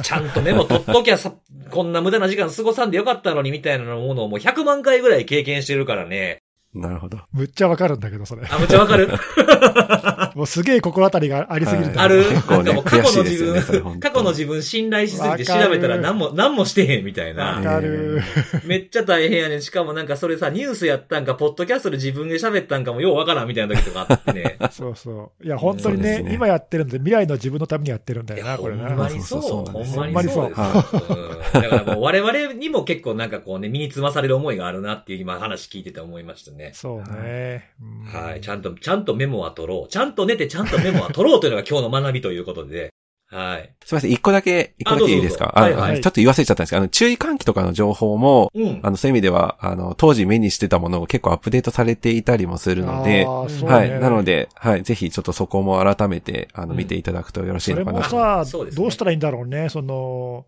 ちゃんとメモ取っときゃさ、こんな無駄な時間過ごさんでよかったのにみたいなものをもう100万回ぐらい経験してるからね。
なるほど。
むっちゃわかるんだけど、それ。
<laughs>
あ、むっちゃわかる
僕もうすげえ心当たりがありすぎるんだ
あ
けど
る
結構ね
なんかもう過去の
悔しいです
自
よねそれ本
分、
当
過去の自分信頼しすぎて調
わかる
べたら何も、何もしてへんみたいな
わ。かる。
めっちゃ大変やねん。しかもなんかそれさ、ニュースやったんか、ポッドキャストで自分で喋ったんかもようわからんみたいな時とかあってね。
そうそう。いや、本当に
そうで
ね、
すね
今やってるんで、未来の自分のためにやってるん
<laughs>
だ
い
よ
や、
な、
ほ
これ
ん
な。
まにそう。
そう
ほ
そうそうそうなんですよ
んまにそうです。うんだからもう我々にも結構なんかこうね、身につまされる思いがあるなっていう今話聞いてて思いましたね。
そうね。うん
はい。ちゃんと、ちゃんとメモは取ろう。ちゃんと寝てちゃんとメモは取ろうというのが今日の学びということで。はい。
すみません、一個だけ、一個だけいいですか
あどうぞ
あ
どうぞ
の
はい
はい
ちょっと言わせちゃったんですけど、あの、注意喚起とかの情報も、
うん。
あの、そういう意味では、あの、当時目にしてたものを結構アップデートされていたりもするので、
あーそうね
はい。なので、はい。ぜひ、ちょっとそこも改めて、あの、
うん
見ていただくとよろしい
それ
のかな
も
と。
さ、
そうですね
どうしたらいいんだろうね、その、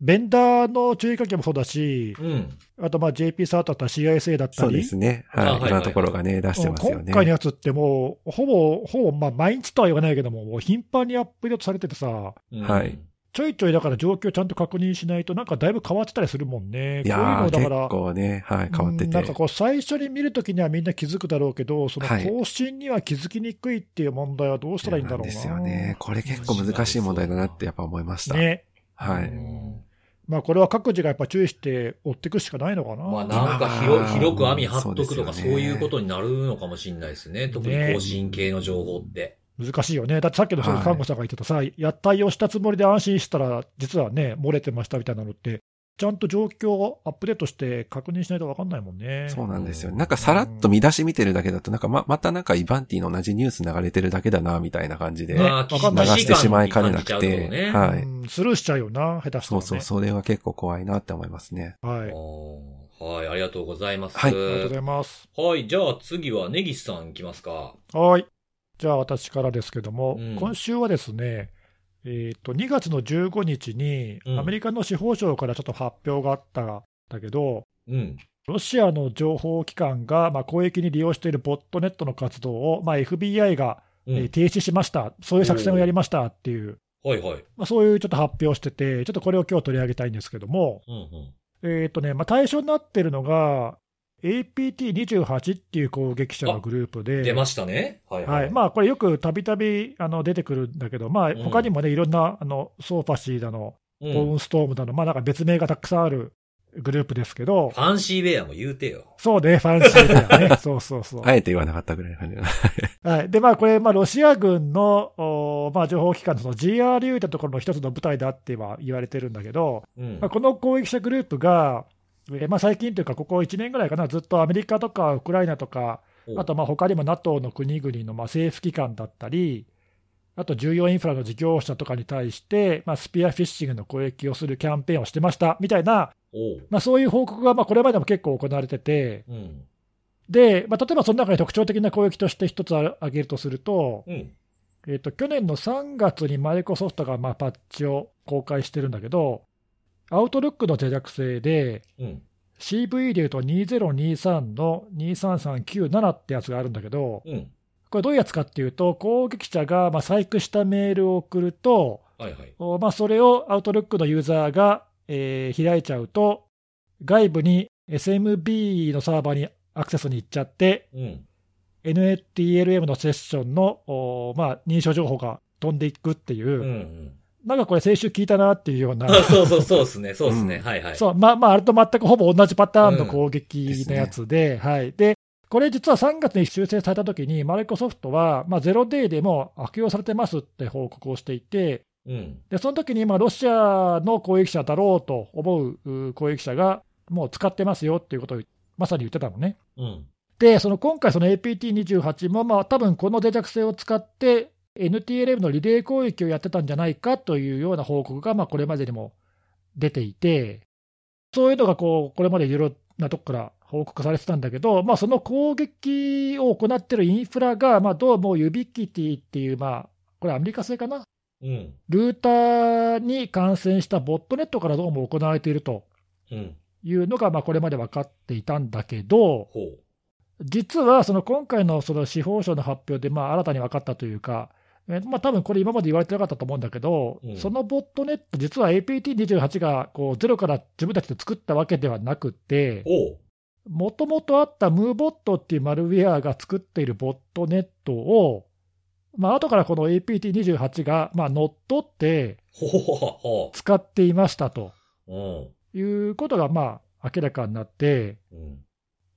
ベンダーの注意喚起もそうだし、
うん。
あとまあ JP サートだったら CISA だった
そうで
り、
すね。
あはい
はい。い
はい
ろんなところがね、出して
うん
ますよ
今
ね。
回のやつってもう、ほぼ、ほぼ、まあ毎日とは言わないけども、もう頻繁にアップデートされててさ、
うん
はい。
ちょいちょいだから状況ちゃんと確認しないと、なんかだいぶ変わってたりするもんね。
い
こういう
や
の
ー、
だ
結
から
構ね、はい、変わって
うん
て。
なんかこう、最初に見るときにはみんな気づくだろうけど、その
はい
更新には気づきにくいっていう問題はどうしたらいいんだろうな。
そうなんですよね。これ結構難しい問題だなってやっぱ思いました。
ね
は
う
い。
ん
まあ、これは各自がやっぱ注意して追っていくしかないのかな。
まあなんか広広く網張っとくと
ま
か
あ
そ
そうですよね
ういうことになるのかもしれないですね。特に更新系の情報って。
難しいよね。だってさっきのその
はい
看護さんが言ってたさ、やったいをしたつもりで安心したら、実はね、漏れてましたみたいなのって、ちゃんと状況をアップデートして確認しないと分かんないもんね。
そうなんですよね。なんかさらっと見出し見てるだけだと、なんかま、またなんかイバンティの同じニュース流れてるだけだな、みたいな感じで、
ね
まあ、
わかんない
流してしまいかねなく
既視感に感じち
て、
ゃうとね
はい。
うんスルーしちゃうよな、下手した
そ
ら、
う
ね。
そう、それは結構怖いなって思いますね。
はい。あり
おーはい、ありがとうございます。
はいあ
がとうございます。
はい、じゃあ次はネギスさんいきますか。
はい。じゃあ私からですけども、
うん
今週はですね、えっと2月の15日に、
うん
アメリカの司法省からちょっと発表があったんだけど、
うん。
ロシアの情報機関が、まあ、攻撃に利用しているボットネットの活動を、まあ、FBI が、
うん
えー停止しました、そういう作戦をやりましたっていう、
はいはい。
まあ、そういうちょっと発表してて、ちょっとこれを今日取り上げたいんですけども、
うんうん。
えーとねまあ、対象になってるのが、APT28 っていう攻撃者のグループで、
出ましたね。はいはい。
はいまあ、これよくたびたびあの出てくるんだけど、まあ
ん
他にもね、いろんなあのソーファシーだ
うん
の、ボーンストームだの、まあ、なんか別名がたくさんあるグループですけど
フ。ァンシーウェアも言うてよ。
そうね、ファンシー
<laughs>
だよね。そうそうそう。
あえて言わなかったぐらいの感じ。
はい、で、まあ、これ、まあ、ロシア軍の、おーまあ、情報機関のその GRU ってところの一つの部隊だっては言われてるんだけど、
うん
まあ、この攻撃者グループが、えーまあ、最近というか、ここ1年ぐらいかな、ずっとアメリカとかウクライナとか、あとまあ他にも NATO の国々のまあ政府機関だったり、あと重要インフラの事業者とかに対して、まあ、スピアフィッシングの攻撃をするキャンペーンをしてましたみたいな、
おう
まあ、そういう報告がまあこれまでも結構行われてて、
うん。
で、まあ、例えばその中で特徴的な攻撃として一つ挙げるとすると、
うん。
えっと去年の3月にマイクロソフトがまあパッチを公開してるんだけど、アウトルックの脆弱性で、
うん。
CV で言うと2023の23397ってやつがあるんだけど、
うん。
これどういうやつかっていうと、攻撃者がまあ細工したメールを送ると、
はいはい。
おまあ、それを Outlook のユーザーが、えー開いちゃうと、外部に SMB のサーバーにアクセスに行っちゃって、
うん。
NTLM のセッションの、おまあ、認証情報が飛んでいくっていう、
うんうん。
なんかこれ先週聞いたなっていうような、
あ <laughs> そうそう、そうですね。そうですね。
うん
はいはい。
そう、まあまあ、あれと全くほぼ同じパターンの攻撃のやつで、はい。で、これ実は3月に修正されたときに、マイクロソフトは、まあ、ゼロデイでも悪用されてますって報告をしていて、
うん。
で、その時に、まあ、ロシアの攻撃者だろうと思うう攻撃者が、もう使ってますよっていうことを、まさに言ってたのね。
うん。
で、その今回、その APT28 も、まあ、多分この脆弱性を使って、NTLM のリレー攻撃をやってたんじゃないかというような報告が、まあ、これまでにも出ていて、そういうのがこう、これまでいろんなとこから報告されてたんだけど、まあ、その攻撃を行ってるインフラが、まあ、どうもユビキティっていう、まあ、これアメリカ製かな、
うん。
ルーターに感染したボットネットからどうも行われていると
うん。
いうのが、まあ、これまで分かっていたんだけど、
ほう。
実はその今回のその司法省の発表でまあ新たに分かったというか、えーまあ多分これ、今まで言われてなかったと思うんだけど、
うん
そのボットネット、実は APT28 がこうゼロから自分たちで作ったわけではなくて、
おう。
もともとあったムーボットっていうマルウェアが作っているボットネットを、まあ後からこの APT28 が、まあ、乗っ取って
ほほほほ
使っていましたと
ほ。
いうことが、まあ、明らかになって、
うん。うん。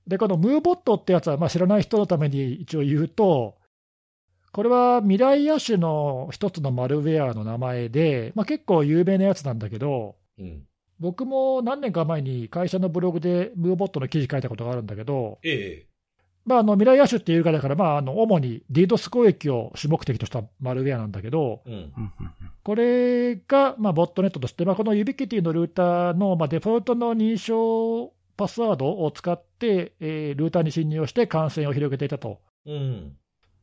で、このムーボットってやつは、まあ、知らない人のために一応言うと、これは未来野手の一つのマルウェアの名前で、まあ、結構有名なやつなんだけど、
うん。
僕も何年か前に会社のブログでムーボットの記事書いたことがあるんだけど、
ええ。
まあ、あの未来野手っていうか、だから、まあ、あの主に DDoS 攻撃を主目的としたマルウェアなんだけど、
うん。
うんうん
これが、まあ、ボットネットとして、まあ、このユビキティのルーターの、まあ、デフォルトの認証パスワードを使って、えールーターに侵入をして感染を広げていたと、
うん。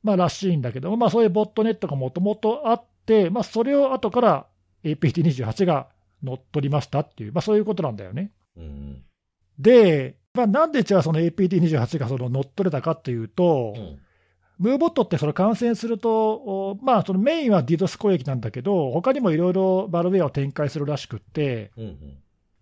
まあ、らしいんだけど、まあ、そういうボットネットがもともとあって、まあ、それを後から APT28 が乗っ取りましたっていう、まあ、そういうことなんだよね。
うん。
で、まあ、なんでじゃあその APT28 がその乗っ取れたかっていうと、
うん。
ムーボットってその感染すると、おまあ、そのメインは DDoS 攻撃なんだけど、他にもいろいろマルウェアを展開するらしくって、
うん。うん。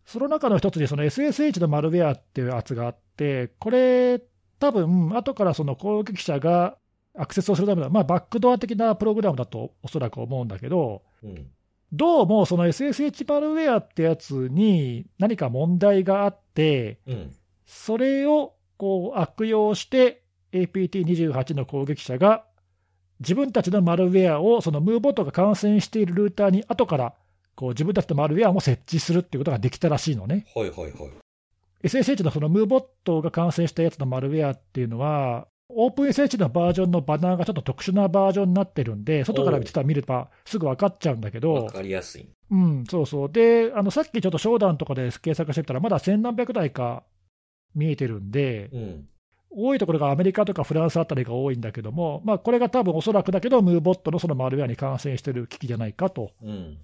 その中の一つにその SSH のマルウェアっていうやつがあって、これ、多分後からその攻撃者がアクセスをするための、まあ、バックドア的なプログラムだとおそらく思うんだけど、
うん。
どうもその SSH マルウェアってやつに何か問題があって、
うん。
それをこう悪用して、APT28 の攻撃者が、自分たちのマルウェアを、そのムーボットが感染しているルーターに後から、こう自分たちのマルウェアも設置するっていうことができたらしいのね。
はいはいはい。
SSH のそのムーボットが感染したやつのマルウェアっていうのは、オープン SH のバージョンのバナーがちょっと特殊なバージョンになってるんで、外から実は見ればすぐ分かっちゃうんだけど、
わかりやすい。
うん、そうそう。で、あの、さっきちょっと商談とかで検索してみたら、まだ千何百台か見えてるんで、
うん。
多いところがアメリカとかフランスあたりが多いんだけども、まあ、これが多分おそらくだけど、ムーボットのそのマルウェアに感染してる機器じゃないかと。
うん。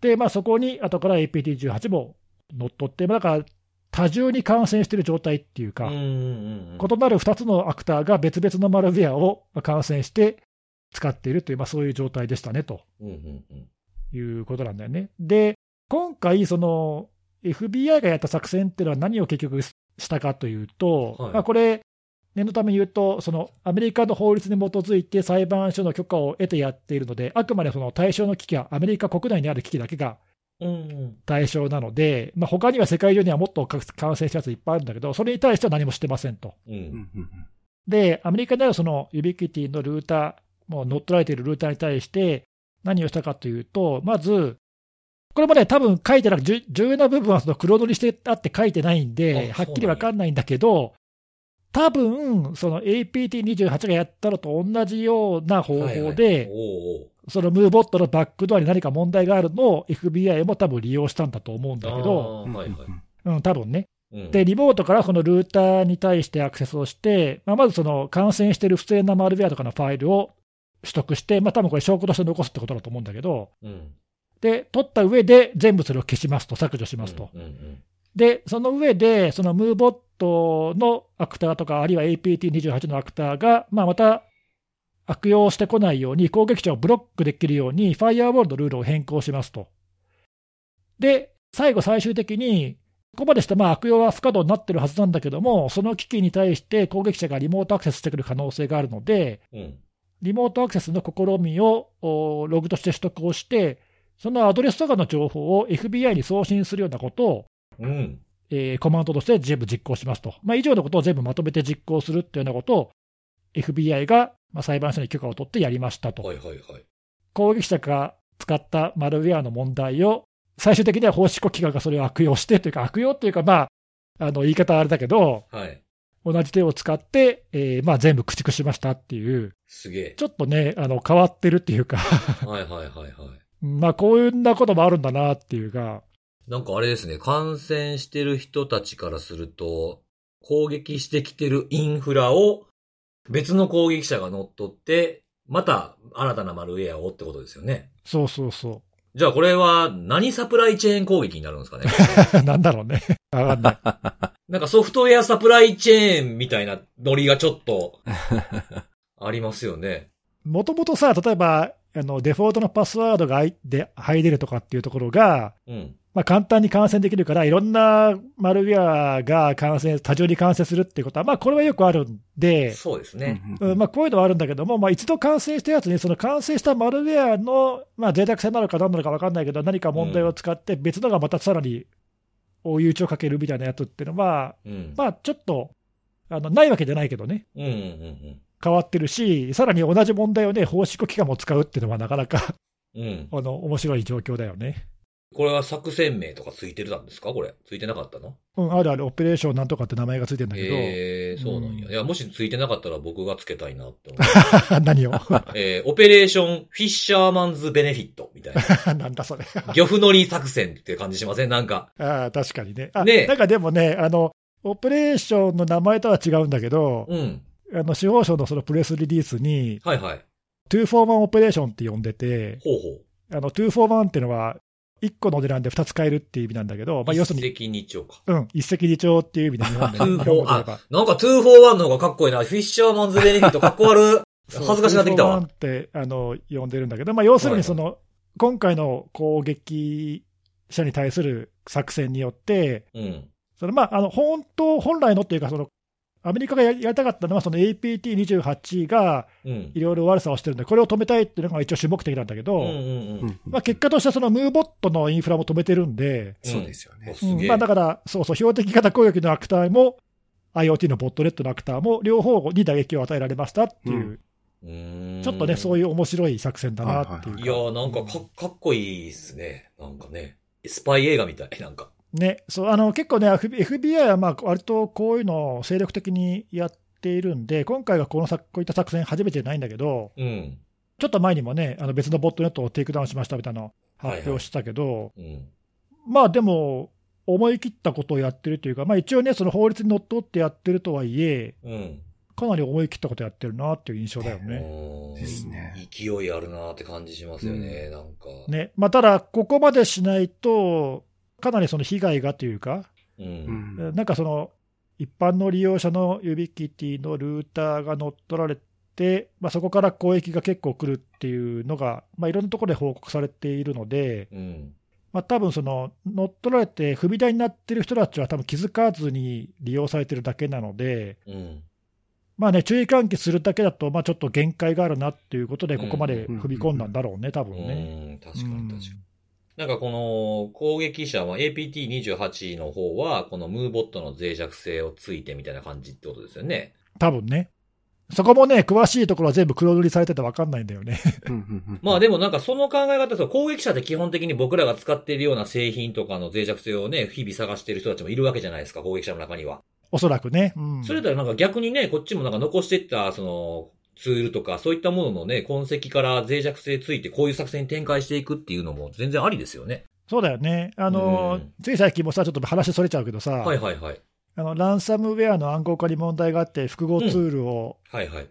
で、まあ、そこに後から APT18 も乗っ取って、まあだから多重に感染してる状態っていう
う
か、
んうんうん。
異なる2つのアクターが別々のマルウェアを感染して使っているという、まあ、そういう状態でしたねと。
うんうんうん。
いうことなんだよね。で、今回、その FBI がやった作戦っていうのは何を結局したかというと、
はい
まあこれ、念のために言うと、そのアメリカの法律に基づいて裁判所の許可を得てやっているので、あくまでその対象の機器はアメリカ国内にある機器だけが
うん。
対象なので、まあ他には世界中にはもっと感染したやついっぱいあるんだけど、それに対しては何もしてませんと。
う。
うんんうん
で、アメリカであるそのユビキティのルーター、もう乗っ取られているルーターに対して、何をしたかというと、まず、これもね、多分書いてなく、じゅ重要な部分はその黒塗りしてあって書いてないんで、
あ
は
そう
っき
なん
り
や
わかんないんだけど、多分その APT28 がやったのと同じような方法で、
おお
そのムーボットのバックドアに何か問題があるのを FBI も多分利用したんだと思うんだけど、
あーはいはい。
うん、多分ね。
うん
で、リモートからこのルーターに対してアクセスをして、まあ、まずその感染している不正なマルウェアとかのファイルを取得して、まあ多分これ、証拠として残すってことだと思うんだけど、
うん。
で、取った上で、全部それを消しますと、削除しますと。
うんうん
で、その上で、そのムーボットのアクターとか、あるいは APT28 のアクターが、まあ、また悪用してこないように、攻撃者をブロックできるように、ファイアウォールのルールを変更しますと。で、最後、最終的に、ここまでしてまあ悪用は不可動になってるはずなんだけども、その機器に対して攻撃者がリモートアクセスしてくる可能性があるので、
うん。うん。
リモートアクセスの試みをおログとして取得をして、そのアドレスとかの情報を FBI に送信するようなことを
うん。
えーコマンドとして全部実行しますと。まあ、以上のことを全部まとめて実行するっていうようなことを FBI が、まあ、裁判所に許可を取ってやりましたと。
はいはいはい。
攻撃者が使ったマルウェアの問題を、最終的には法執行機関がそれを悪用してというか、悪用っていうか、まあ、あの言い方はあれだけど、
はい。
同じ手を使って、えーまあ、全部駆逐しましたっていう、
すげえ
ち。ょっとね、あの変わってるっていうか、 <laughs>
はいはいはいはい。
まあ、こんなこともあるんだなっていうか、
なんかあれですね、感染してる人たちからすると、攻撃してきてるインフラを別の攻撃者が乗っ取って、また新たなマルウェアをってことですよね。
そうそうそ
じゃあこれは何サプライチェーン攻撃になるんですか <laughs> ね
う、 <laughs> なんだろうね、わかんない。
なんかソフトウェアサプライチェーンみたいなノリがちょっとありますよね。
もともとさ、例えばあのデフォルトのパスワードがあいで入れるとかっていうところが、
うん。
まあ、簡単に感染できるから、いろんなマルウェアが感染、多重に感染するっていうことは、まあ、これはよくあるんで、
そうです
う
ね。
んうん
うんまあ、こういうのはあるんだけども、まあ、一度感染したやつに、その感染したマルウェアの、まあ、脆弱性なのか何なのか分かんないけど、何か問題を使って、別のがまたさらに追い打ちをかけるみたいなやつっていうのは、
うん。
まあ、ちょっとあのないわけじゃないけどね、
うんうんうん
変わってるし、さらに同じ問題をね、法執機関も使うっていうのは、なかなか <laughs>
うん。うん。
あの面白い状況だよね。
これは作戦名とかついてたんですかこれ。ついてなかったの
うん、あるある、オペレーションなんとかって名前がついてるんだけど、
ええー、そうなんや。
うん
いや、もしついてなかったら僕がつけたいなって思
<laughs> 何を、
う。 <laughs> えー、オペレーションフィッシャーマンズベネフィットみたい
<laughs>
な。
なんだそれ。
漁夫のり作戦って感じしませんなんか。
<laughs> ああ、確かにね。あ、
ねえ
なんかでもね、あの、オペレーションの名前とは違うんだけど、
うん。
あの司法省のそのプレスリリースに、
はいはい。
241オペレーションって呼んでて、
ほうほう。
あの241っていうのは、1個の値段で2つ買えるっていう意味なんだけど、まあ、要する
一石
に、
二鳥か。
うん、一石二鳥っていう意味で日
<laughs>
本でね
241
日本語で言えば
なんか241の方がかっこいいな。フィッシャーマンズベネ
<laughs>
フィットかっこ悪い。
そう
恥ずかしなってきた
241
わ
っ。てあの呼んでるんだけど、まあ、要するにその、今回の攻撃者に対する作戦によって、
うん。
そのまあ、あの本当、本来のっていうかその、アメリカがややりたかったのは、その APT28 が
うん
い。ろいろ悪さをしてるんで、これを止めたいっていうのが一応主目的なんだけど、
うんうんうん。
まあ、結果としてはそのムーボットのインフラも止めてるんで、
そうですよね
お。す
うん
げえ。
まあ、だから、そうそう、標的型攻撃のアクターも、IoT のボットレットのアクターも、両方に打撃を与えられましたっていう、
ち
ちょっとね、そう
い
いう面白い作戦だなっていう
いやーなんかかかっこいいっすね。なんかね。スパイ映画みたい。なんか。
ね、そうあの結構ね、F- FBI はまあ割とこういうのを精力的にやっているんで、今回はこの作こういった作戦、初めてじゃないんだけど、
うん。
ちょっと前にもね、あの別のボットネットをテイクダウンしましたみたいなの発表したけど、
うん。
まあでも、思い切ったことをやってるというか、まあ、一応ね、その法律にのっとってやってるとはいえ、
うん。
かなり思い切ったことやってるなっていう印象だよね。
うーん
ですね
勢いあるなーって感じしますよね。なんか。
ねまあ、ただ、ここまでしないと、かなりその被害がというか、
う。
うんん
なんかその一般の利用者のユビキティのルーターが乗っ取られて、まあ、そこから攻撃が結構来るっていうのが、まあ、いろんなところで報告されているので、
うん。
まあ多分その乗っ取られて踏み台になってる人たちは、多分気づかずに利用されてるだけなので、
うん。
まあね、注意喚起するだけだと、まあ、ちょっと限界があるなっていうことで、ここまで踏み込んだんだろうね、多
う
分ね。
ん。確かに確かに。なんかこの攻撃者は APT28 の方は、このムーボットの脆弱性をついてみたいな感じってことですよね。
多分ね。そこもね、詳しいところは全部黒塗りされてて分かんないんだよね。 <laughs>
まあ
で、
でもなんかその考え方ですよ攻撃者って基本的に僕らが使っているような製品とかの脆弱性をね、日々探している人たちもいるわけじゃないですか、攻撃者の中には。
おそらくね。うん
それだとなんか逆にね、こっちもなんか残していった、その、ツールとか、そういったもののね、痕跡から脆弱性ついて、こういう作戦に展開していくっていうのも全然ありですよね。
そうだよね。あの、
うん
つい最近もさ、ちょっと話それちゃうけどさ、
はいはいはい。
あの、ランサムウェアの暗号化に問題があって、複合ツールを
はいはい。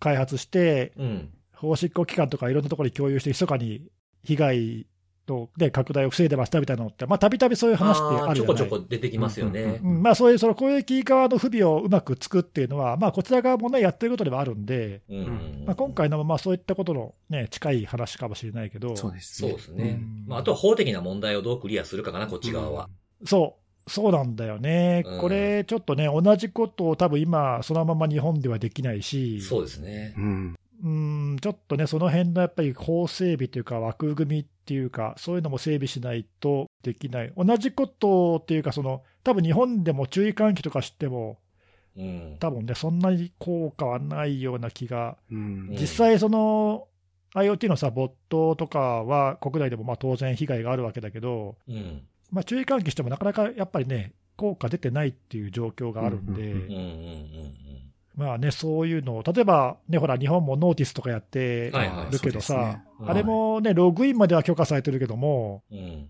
開発して、
うん。
法執行機関とかいろんなところに共有して、密かに被害の、ね、拡大を防いでましたみたいなのって、まあ、たびたびそういう話って
あ
あ
ー
る
ち
じ
ょ
ゃ
こ
な
ちょ
い
こ出てきますよね。
うんまあ、そういうその攻撃側の不備をうまくつくっていうのは、まあ、こちら側も、ね、やってることではあるんで、
うんうんうん
まあ、今回のもまあそういったことの、ね、近い話かもしれないけど、
そうです
そう
ね。
ですね
うん。
まあ、あとは法的な問題をどうクリアするかかな、こっち側は。
そう、そうなんだよね、
うん
これ、ちょっとね、同じことを多分今、そのまま日本ではできないし、
そうですね
う。ん。
うんちょっとね、その辺のやっぱり法整備というか、枠組みっていうか、そういうのも整備しないとできない、同じことっていうか、その多分日本でも注意喚起とかしても、
うん。
多分ね、そんなに効果はないような気が、
うん。
実際、その IoT のさ、ボットとかは国内でもまあ当然被害があるわけだけど、
うん。
まあ、注意喚起してもなかなかやっぱりね、効果出てないっていう状況があるんで。
う
う
んうん
んうんうん
まあね、そういうのを、例えば、ね、ほら、日本もノーティスとかやって
はいはい
るけどさ、
そうですね
うん。
あれもね、ログインまでは許可されてるけども、
うん。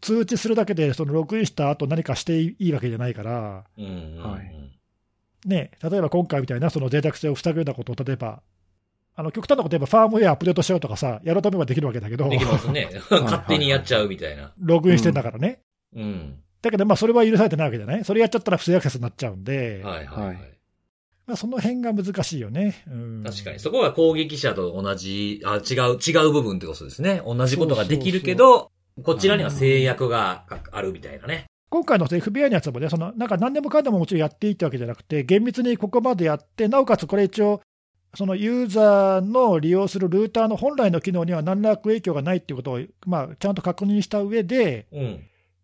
通知するだけで、そのログインした後何かしていいわけじゃないから、
うんうんうん。
は
ね、例えば今回みたいな、その脆弱性を塞ぐようなことを、例えば、あの極端なこと言えば、ファームウェアアップデートしようとかさ、やろうと思えばできるわけだけど
で、きますね。 <laughs> 勝手にやっちゃうみたいな。
<laughs> ログインしてんだからね。
うん。
だけど、まあ、それは許されてないわけじゃないそれやっちゃったら不正アクセスになっちゃうんで、
はいはいは。
はい
まあ、その辺が難しいよね。うん
確かに。そこが攻撃者と同じ、あ、違う、違う部分ってことですね。同じことができるけど、こちらには制約があるみたいなね。
今回の FBI のやつもね、そのなんか何でもかんでももちろんやっていいってわけじゃなくて、厳密にここまでやって、なおかつこれ一応、そのユーザーの利用するルーターの本来の機能には何ら悪影響がないっていうことを、まあ、ちゃんと確認した上で、
うん。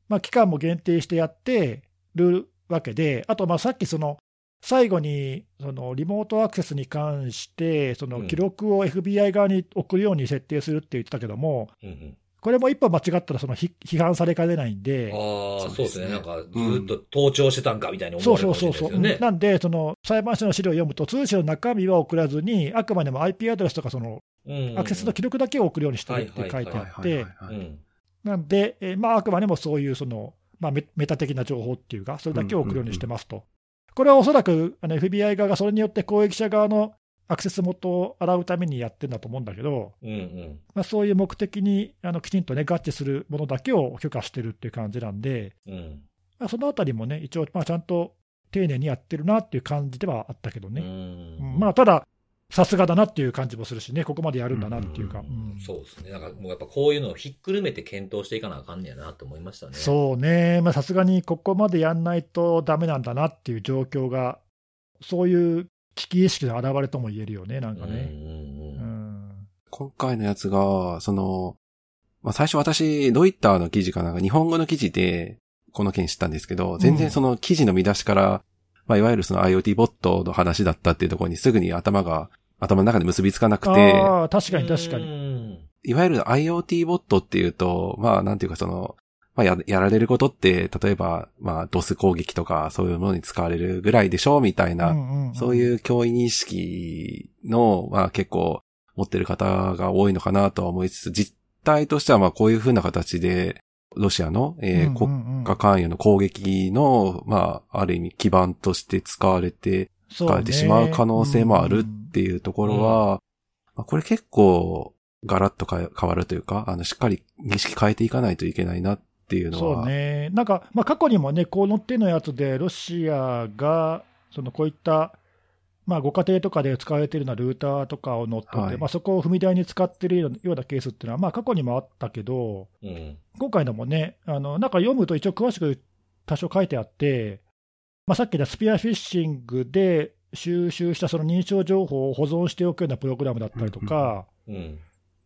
まあ、期間も限定してやってるわけで、あとまあさっきその、最後にそのリモートアクセスに関して、その
うん
記録を FBI 側に送るように設定するって言ってたけども、
うんうん、
これも一歩間違ったらそのひ批判されかねないんで、
ああ、そうですね。
そ
な
うんですね
か、ずっと盗聴してたんかみたいに思
そう
われる
そ
かも
う
し
そ
れ
う
ないです
そう、
よね。
なんでその、裁判所の資料を読むと、通信の中身は送らずに、あくまでも IP アドレスとかその、
うん
アクセスの記録だけを送るようにしてるって書いて
はい
あって、
う
い。
ん。
なんで、えーまあ、あくまでもそういうその、まあ、メメタ的な情報っていうか、それだけを送るようにしてますと。これはおそらくあの FBI 側がそれによって攻撃者側のアクセス元を洗うためにやってるんだと思うんだけど、
うんうん。
まあ、そういう目的にあのきちんと、ね、合致するものだけを許可してるっていう感じなんで、
うん。
まあ、そのあたりもね、一応、まあ、ちゃんと丁寧にやってるなっていう感じではあったけど
う
ね。
ん
うんまあ、ただ、さすがだなっていう感じもするしね、ここまでやるんだなっていうか。うん
そうですね。なんかもうやっぱこういうのをひっくるめて検討していかなあかんねやなと思いましたね。う。
そうね、まあさすがにここまでやんないとダメなんだなっていう状況が、そういう危機意識の表れとも言えるよね、なん
んう
か
ん
ね。う
うん。
ん
今回のやつが、その、まあ、最初私、ロイターの記事かなんか、日本語の記事で、この件知ったんですけど、全然その記事の見出しから、まあ、いわゆるその IoT ボットの話だったっていうところにすぐに頭が、頭の中で結びつかなくて、
ああ、確かに確かに。
に。
いわゆる IoT ボットっていうと、まあ、なんていうかその、まあや、やられることって、例えば、まあ、ドス攻撃とか、そういうものに使われるぐらいでしょ、みたいな、そう
う
い
ん。
う教員認識の、まあ結構持ってる方が多いのかなとは思いつつ、実態としてはまあこういう風な形で、ロシアの、えー
うん
国
うんうん
家関与の攻撃の、まあ、ある意味基盤として使われて、使われてしまう可能性もあるっていうところは、まあ、これ結構ガラッとか変わるというか、あの、しっかり認識変えていかないといけないなっていうの
そ
は、
うね、なんか、まあ、過去にもね、この手のやつで、ロシアがそのこういった、まあ、ご家庭とかで使われているようなルーターとかを乗っ取って、
はい
まあ、そこを踏み台に使ってるようなケースっていうのは、まあ、過去にもあったけど、
うん。
今回のもね、あのなんか読むと一応詳しく多少書いてあって、まあ、さっき言ったスピアフィッシングで収集したその認証情報を保存しておくようなプログラムだったりとか、
うん。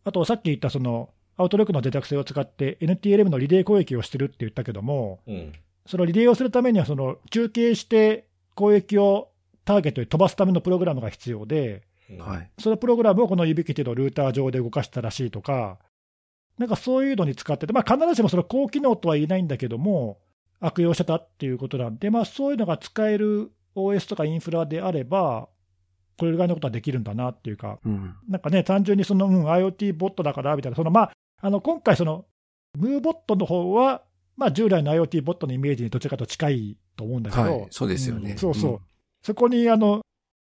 あとさっき言ったそのアウトロックの脆弱性を使って NTLM のリレー攻撃をしてるって言ったけども、
うん。
そのリレーをするためにはその中継して攻撃をターゲットに飛ばすためのプログラムが必要で、
うん
は。い。
そのプログラムをこの指切りのルーター上で動かしたらしいとか、なんかそういうのに使ってて、まあ、必ずしもその高機能とは言えないんだけども、悪用してたっていうことなんで、まあ、そういうのが使える OS とかインフラであれば、これぐらいのことはできるんだなっていうか、
うん。
なんかね、単純にその、うん、IoT ボットだからみたいな、そのまあ、あの今回、そのムーボットの方は、まあ、従来の IoT ボットのイメージにどちらかと近いと思うんだけど、
はい。そうですよね。
うんそうそうそこにあの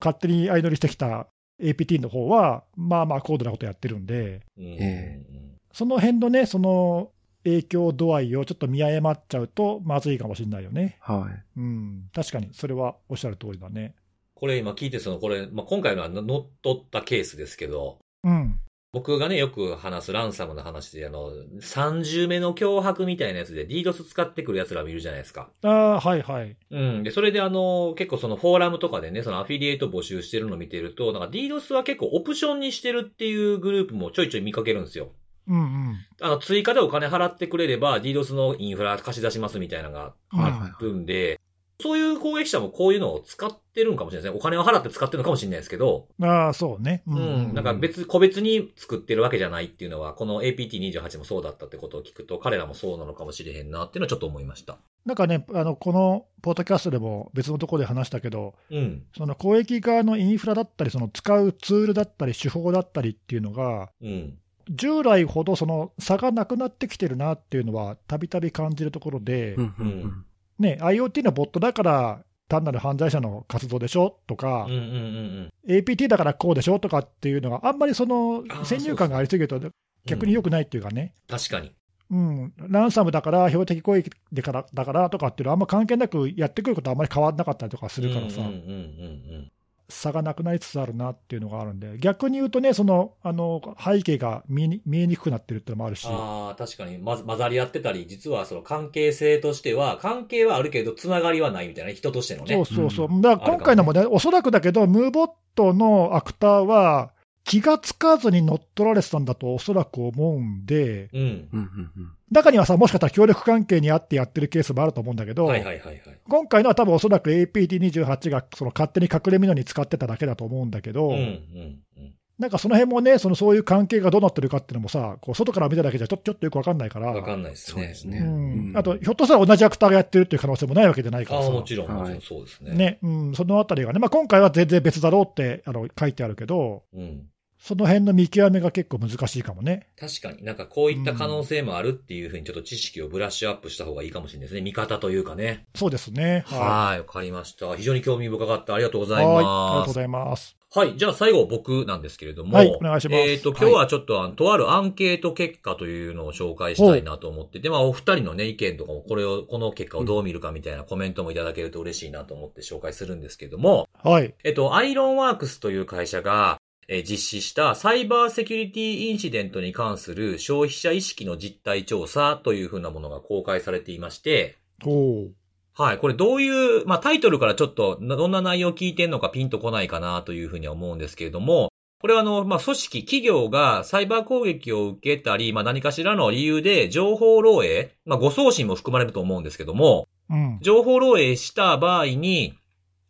勝手に相乗りしてきた APT の方は、まあまあ高度なことやってるんで、
うん
え
その辺のね、その影響度合いをちょっと見誤っちゃうとまずいかもしれないよね。
うん。はい。
うん、確かに、それはおっしゃる通りだね。
これ今聞いて、その、これ、まあ、今回のは乗っ取ったケースですけど、
うん、
僕がね、よく話すランサムの話で、あの、30目の脅迫みたいなやつで DDoS 使ってくる奴らもいるじゃないですか。
ああ、はいはい。
うん。で、それであの、結構そのフォーラムとかでね、そのアフィリエイト募集してるのを見てると、なんか DDoS は結構オプションにしてるっていうグループもちょいちょい見かけるんですよ。
うんうん。
あの、追加でお金払ってくれれば DDoS のインフラ貸し出しますみたいなのが
はい
うん
はい
あるんで、そういう攻撃者もこういうのを使ってるんかもしれないですね。お金を払って使ってるのかもしれないですけど、
ああ、そうね。う
うん。なんか別、個別に作ってるわけじゃないっていうのは、この APT28 もそうだったってことを聞くと、彼らもそうなのかもしれへんなっていうのはちょっと思いました。
なんかね、あのこのポッドキャストでも別のところで話したけど、
うん。
その公益側のインフラだったり、その使うツールだったり、手法だったりっていうのが、
うん。
従来ほどその差がなくなってきてるなっていうのは、たびたび感じるところで、
うんうん
うん
ね、IoT のボットだから、単なる犯罪者の活動でしょとか
うんうん、うん
APT だからこうでしょとかっていうのがあんまりその
あー
先入観がありすぎると、逆に良くないっていうかね、
うん。確かに。
うん、ランサムだから、標的攻撃でからだからとかっていうのは、あんま関係なくやってくることはあんまり変わらなかったりとかするからさ、
うんうんうんうんうん
差がなくなりつつあるなっていうのがあるんで、逆に言うとね、そのあの背景が見えに見えにくくなってるっていうのもあるし、
ああ、確かに、まず、混ざり合ってたり、実はその関係性としては、関係はあるけど、つながりはないみたいな、人としてのね。
そうそうそう、だから今回のもね、おそらくだけど、ムーボットのアクターは、気がつかずに乗っ取られてたんだとおそらく思うんで、
うん。
うんうん
中にはさ、もしかしたら協力関係にあってやってるケースもあると思うんだけど、
はいはいはいはい。
今回のは多分おそらく APT28 がその勝手に隠れみのに使ってただけだと思うんだけど、
うんうんうん。
なんかその辺もね、そのそういう関係がどうなってるかっていうのもさ、こう外から見ただけじゃちょちょっとよくわかんないから、
わかんないですね。
そうですね
うん
うん
あとひょっとしたら同じアクターがやってるっていう可能性もないわけじゃないか
あ
ら
あ、
さ、
もちろん、
はい
もちろんそうですね。。
ねうん、そのあたりがね、まあ、今回は全然別だろうってあの書いてあるけど、
うん。
その辺の見極めが結構難しいかもね。
確かになんかこういった可能性もあるっていうふうにちょっと知識をブラッシュアップした方がいいかもしれないですね。見方というかね。
そうですね。
はい、わかりました。非常に興味深かった。ありがとうご
い
ざい
はい、ありがとう
ます。
ございます。
はい、じゃあ最後僕なんですけれども。
はいお願いします
えっ、と、今日はちょっとあの、とあるアンケート結果というのを紹介したいなと思って、で、まあお二人のね、意見とかもこれを、この結果をどう見るかみたいなコメントもいただけると嬉しいなと思って紹介するんですけども、
はい。
えっと、アイロンワークスという会社が、えー実施したサイバーセキュリティインシデントに関する消費者意識の実態調査というふうなものが公開されていまして、
おー
はい。これどういう、まあ、タイトルからちょっと、などんな内容を聞いてんのかピンとこないかなというふうには思うんですけれども、これはあの、まあ、組織、企業がサイバー攻撃を受けたり、まあ、何かしらの理由で情報漏洩、まあ、誤送信も含まれると思うんですけども、
うん。
情報漏洩した場合に、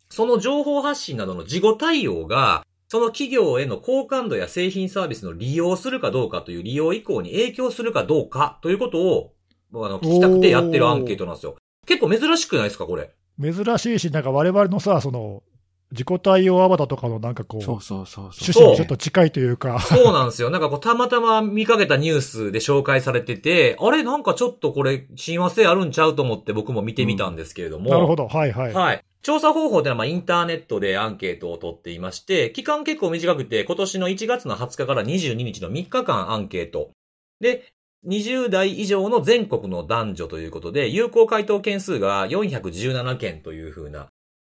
その情報発信などの事後対応が、その企業への好感度や製品サービスの利用するかどうかという利用以降に影響するかどうかということを、あの、聞きたくてやってるアンケートなんですよ。結構珍しくないですか、これ。
珍しいし、なんか我々のさ、その、自己対応アバターとかのなんかこう、
そうそうそうそう。
趣旨にちょっと近いというか、
そうなんですよ。なんかこう、たまたま見かけたニュースで紹介されてて、あれなんかちょっとこれ、親和性あるんちゃうと思って僕も見てみたんですけれども。
なるほど、はいはい。
はい。調査方法というのは、まあ、インターネットでアンケートを取っていまして、期間結構短くて、今年の1月の20日から22日の3日間アンケート。で、20代以上の全国の男女ということで、有効回答件数が417件というふうな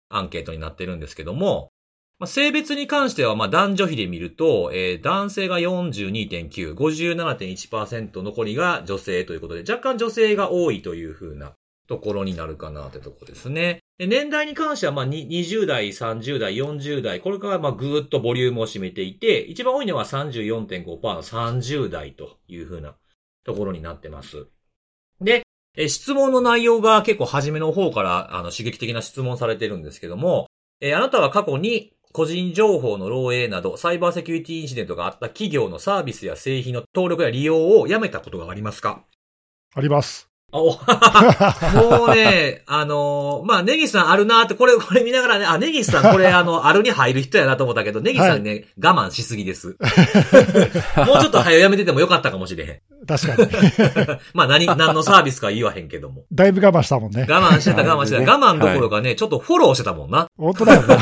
アンケートになってるんですけども、まあ、性別に関しては、まあ、男女比で見ると、えー男性が42.9、57.1%残りが女性ということで、若干女性が多いというふうなところになるかなってとこですね。で年代に関しては、まあ、に20代、30代、40代、これから、まあ、ぐーっとボリュームを占めていて、一番多いのは34.5%の30代というふうなところになってます。で、え質問の内容が結構初めの方から、あの、刺激的な質問されてるんですけども、えーあなたは過去に個人情報の漏洩など、サイバーセキュリティインシデントがあった企業のサービスや製品の登録や利用をやめたことがありますか
あります。 <laughs>
あ、お、もうね、あのーまあ、ネギさんあるなーって、これ、これ見ながらね、あ、ネギさんこれ、あの、あるに入る人やなと思ったけど、ネギさんね、我慢しすぎです。 <laughs> もうちょっと早やめててもよかったかもしれへん。 <laughs>
確かに。
まあ、何、何のサービスか言わへんけども。
だいぶ我慢したもん
<laughs>
ね。
我慢してた、我慢して
ね
た。我慢どころかね、ちょっとフォローしてたもんな。
本当だよね。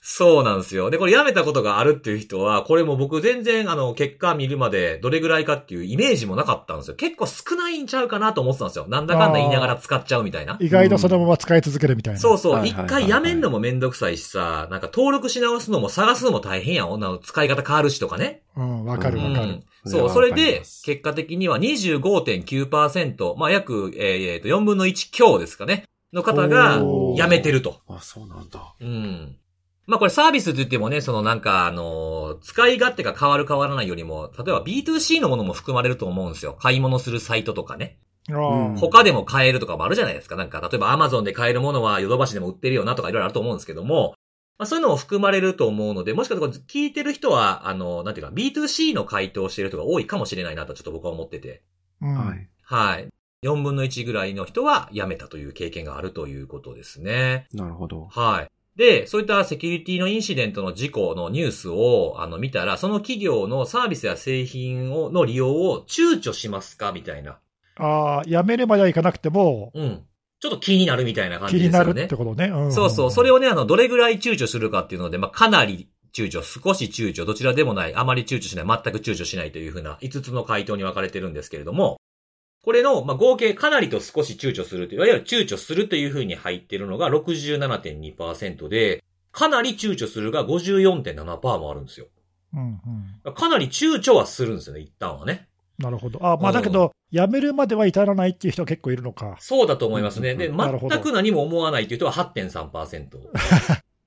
そうなんですよ。で、これやめたことがあるっていう人は、これも僕全然、あの、結果見るまでどれぐらいかっていうイメージもなかったんですよ。結構少ないんちゃうかなと思ってたんですよ。なんだかんだ言いながら使っちゃうみたいな。
意外とそのまま使い続けるみたいな。
そうそう。
はい
一
はいはいはい
回やめんのもめんどくさいしさ、なんか登録し直すのも探すのも大変やん。女の使い方変わるしとかね。
うん、わか
う
る
ん
わかる。
ん。そう、そ
そ
れ
れはわかり
で
ま、す
結果的には25.9%、まあ約、えーえーと、4分の1強ですかね。の方が、
おー
やめてると。
あ、そうなんだ。
うん。まあこれサービスって言ってもね、そのなんか、あのー使い勝手が変わる変わらないよりも、例えば B2C のものも含まれると思うんですよ。買い物するサイトとかね。
あー
他でも買えるとかもあるじゃないですか。なんか、例えば Amazon で買えるものはヨドバシでも売ってるよなとかいろいろあると思うんですけども、まあそういうのも含まれると思うので、もしかしたらこれ聞いてる人は、あの、なんていうか、B2C の回答をしてる人が多いかもしれないなとちょっと僕は思ってて。
うん
はい。
はい。4分の1ぐらいの人は辞めたという経験があるということですね。
なるほど。
はい。で、そういったセキュリティのインシデントの事故のニュースをあの見たら、その企業のサービスや製品をの利用を躊躇しますかみたいな。
あーやめるまではいかなくても、
うん。ちょっと気になるみたいな感
気
じで
に
す
な
よね。
るってことね。ん
そうそう。それをね、あの、どれぐらい躊躇するかっていうので、まあ、かなり躊躇、少し躊躇、どちらでもない、あまり躊躇しない、全く躊躇しないというふうな5つの回答に分かれてるんですけれども、これの、まあ、合計かなりと少し躊躇するという、いわゆる躊躇するというふうに入ってるのが67.2%で、かなり躊躇するが54.7%もあるんですよ。
うんうん。
かなり躊躇はするんですよね、一旦はね。
なるほど。あ、
う
まあ
ん
だけど、やめるまでは至らないっていう人は結構いるのか。
そうだと思いますね。
うん
で、
なるほど
全く何も思わないという人は8.3%。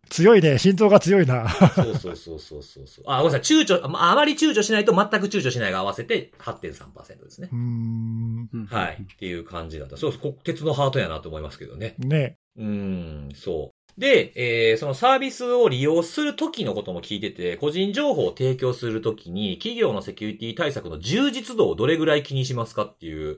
強いね。心臓が強いな。
そうそうそうそうそうそう。あ、ごめんなさい、躊躇、ああまり躊躇しないと全く躊躇しないが合わせて8.3%ですね
う。ーん。
はい。っていう感じだった。そう、こ鉄のハートやなと思いますけどね。
ね。
うーん、そう。で、えーそのサービスを利用するときのことも聞いてて、個人情報を提供するときに、企業のセキュリティ対策の充実度をどれぐらい気にしますかっていう、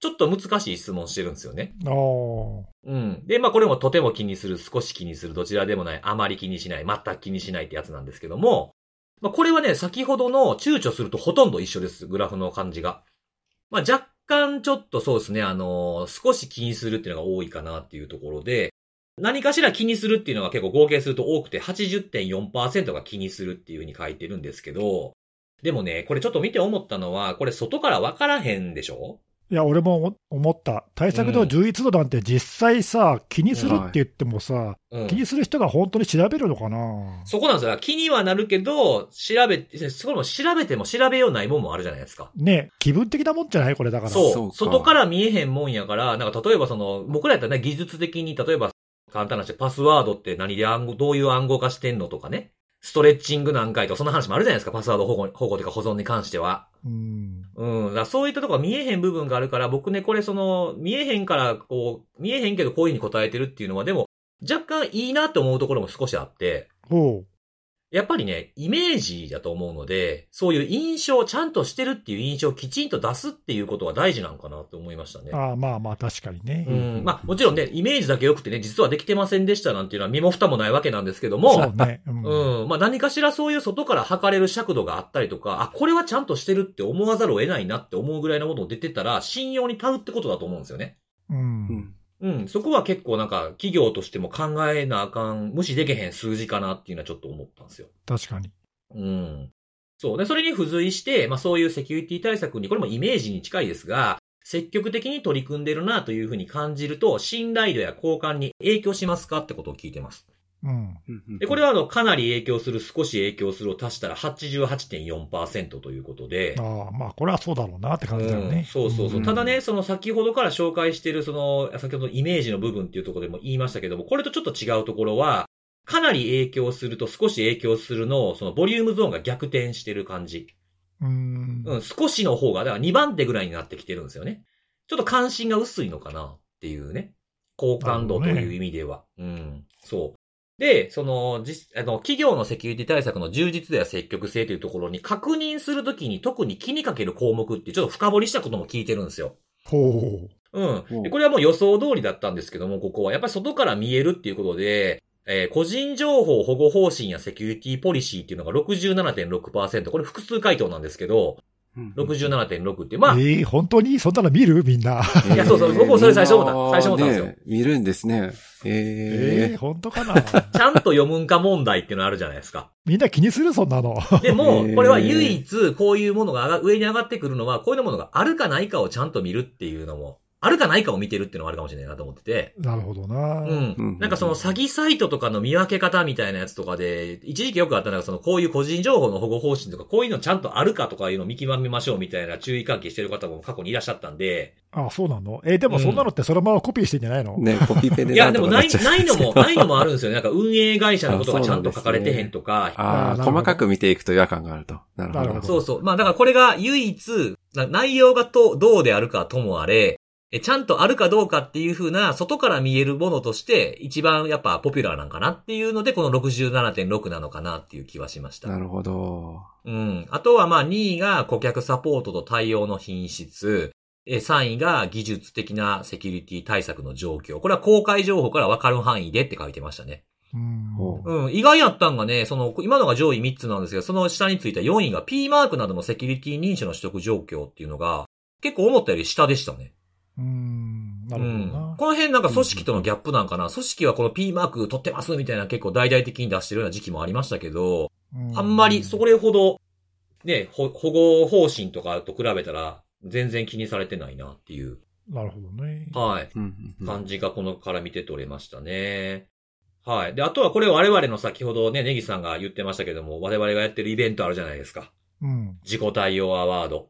ちょっと難しい質問してるんですよね。
あー
うん。で、まあこれもとても気にする、少し気にする、どちらでもない、あまり気にしない、全く気にしないってやつなんですけども、まあこれはね、先ほどの躊躇するとほとんど一緒です、グラフの感じが。まあ若干ちょっとそうですね、あのー少し気にするっていうのが多いかなっていうところで、何かしら気にするっていうのが結構合計すると多くて80.4%が気にするっていうふうに書いてるんですけど、でもね、これちょっと見て思ったのは、これ外からわからへんでしょ
いや、俺も思思った。対策の充実度なんて実際さ、気にするって言ってもさ、
うん
気にする人が本当に調べるのかな。
そこなんですよ。気にはなるけど、調べ、そこも調べても調べようないもんもあるじゃないですか。
ね。気分的なもんじゃないこれだから。
そう。
そうか
外から見えへんもんやから、なんか例えばその、僕らやったらね、技術的に、例えば、簡単な話、パスワードって何で暗号、どういう暗号化してんのとかね。ストレッチング何回とか、そんな話もあるじゃないですか。パスワード保護、保護というか保存に関しては。
うん。
うん。だからそういったとこが見えへん部分があるから、僕ね、これその、見えへんから、こう、見えへんけどこういうふうに答えてるっていうのは、でも、若干いいなって思うところも少しあって、
ほう。
やっぱりね、イメージだと思うので、そういう印象、ちゃんとしてるっていう印象をきちんと出すっていうことは大事なのかなと思いましたね。
ああ、まあまあ、確かにね。
うん、まあもちろんね、イメージだけ良くてね、実はできてませんでしたなんていうのは身も蓋もないわけなんですけども、
そうね。う。
<laughs> うんん、まあ何かしらそういう外から測れる尺度があったりとか、あ、これはちゃんとしてるって思わざるを得ないなって思うぐらいのものを出てたら、信用に頼うってことだと思うんですよね。
うん
うん
うん、そこは結構なんか企業としても考えなあかん、無視できへん数字かなっていうのはちょっと思ったんですよ。
確かに。
うん。そう。で、それに付随して、まあそういうセキュリティ対策に、これもイメージに近いですが、積極的に取り組んでるなというふうに感じると、信頼度や好感に影響しますかってことを聞いてます。
うん。
うん
で、これはあの、かなり影響する、少し影響するを足したら88.4%ということで、
ああ、まあ、これはそうだろうなって感じだよ
うん
ね。
そうそうそう。
うん
ただね、その先ほどから紹介している、その、先ほどのイメージの部分っていうところでも言いましたけども、これとちょっと違うところは、かなり影響すると少し影響するの、そのボリュームゾーンが逆転してる感じ。
うん。
うん、少しの方が、だから2番手ぐらいになってきてるんですよね。ちょっと関心が薄いのかなっていうね。好感度と
なるほ
い
ど
う
ね
意味では。うん、そう。で、その、実、あの、企業のセキュリティ対策の充実度や積極性というところに確認するときに特に気にかける項目ってちょっと深掘りしたことも聞いてるんですよ。
ほ
うん。
う
で
ん
これはもう予想通りだったんですけども、ここは。やっぱり外から見えるっていうことで、えー個人情報保護方針やセキュリティポリシーっていうのが67.6%。これ複数回答なんですけど、67.6って、
う。
まあ、
ええ本当にそんなの見るみんな。
いやそうそう僕もそれ最初思った
みな
最初思ったんですよ
ね見るんですね。
ええ
ええ
本当かな
ちゃんと読むんか問題っていうのあるじゃないです
<laughs>
か。
みんな気にするそんなの。 <laughs>
でも
へ、ー
これは唯一こういうものが上が上に上がってくるのは、こういうものがあるかないかをちゃんと見るっていうのも、あるかないかを見てるっていうのもあるかもしれないなと思ってて。
なるほどな。
う。ん
ん。
なんかその詐欺サイトとかの見分け方みたいなやつとかで、一時期よくあったのが、そのこういう個人情報の保護方針とか、こういうのちゃんとあるかとかいうのを見極めましょうみたいな注意喚起してる方も過去にいらっしゃったんで、
あそうなのえでもそんなのってそのままコピーしてんじゃないの、
ね、コピペで
いや、
な
で
と
も
か
な
っ
い、
ちゃう
ないのも、
んですけど
ないのもあるんですよね。なんか運営会社のことがちゃんと書かれてへんと
<laughs>
か。
あ
あー
<laughs> あ、
なるほど
細かく見ていくと違和感があると。なるほ
なる
ど
ほ。ど
そうそう。まあだからこれが唯一、な内容がと、どうであるかともあれ、えちゃんとあるかどうかっていう風な、外から見えるものとして、一番やっぱポピュラーなんかなっていうので、この67.6なのかなっていう気はしました。
なるほど。
うん。あとはまあ2位が顧客サポートと対応の品質。え3位が技術的なセキュリティ対策の状況。これは公開情報からわかる範囲でって書いてましたね。
うん
ほ
うん、意外やったんがね、その、今のが上位3つなんですけど、その下についた4位が P マークなどのセキュリティ認証の取得状況っていうのが、結構思ったより下でしたね。
うん。な
う
るほど
ん
な。。
この辺なんか組織とのギャップなんかな、組織はこの P マーク取ってますみたいな結構大々的に出してるような時期もありましたけど、
う
あんまりそれほど、ね、ほ保護方針とかと比べたら、全然気にされてないなっていう、
なるほどね。
はい、
うんうんうん
感じがこのから見て取れましたね。はい。で、あとはこれ我々の先ほどね、ネギさんが言ってましたけども、我々がやってるイベントあるじゃないですか。
うん。
自己対応アワード。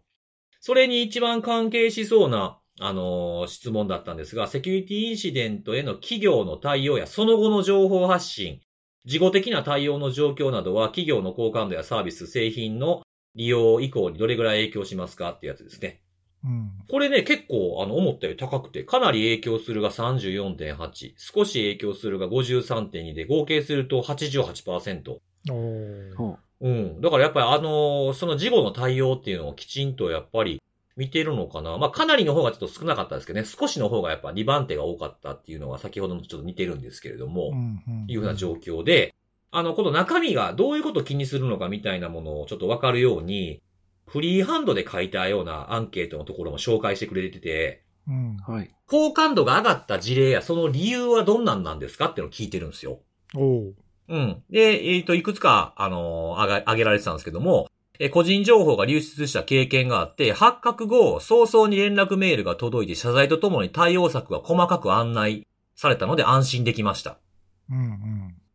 それに一番関係しそうな、あのー質問だったんですが、セキュリティインシデントへの企業の対応やその後の情報発信、事後的な対応の状況などは企業の好感度やサービス、製品の利用以降にどれぐらい影響しますかってやつですね。
うん。
これね、結構、あの、思ったより高くて、かなり影響するが34.8、少し影響するが53.2で、合計すると88%。
おー
ほ
うん。だからやっぱりあのーその事後の対応っていうのをきちんとやっぱり見てるのかな。まあかなりの方がちょっと少なかったですけどね、少しの方がやっぱ2番手が多かったっていうのは先ほどもちょっと似てるんですけれども、
うんうん
いうふうな状況で、あの、この中身がどういうことを気にするのかみたいなものをちょっとわかるように、フリーハンドで書いたようなアンケートのところも紹介してくれてて、
うん。
う。はい。
好感度が上がった事例やその理由はどんなんなんですかっていうのを聞いてるんですよ。
おー
うん。で、えっ、と、いくつか、あのーあが、挙げられてたんですけども、えー個人情報が流出した経験があって、発覚後、早々に連絡メールが届いて謝罪とともに対応策が細かく案内されたので安心できました。
うん
う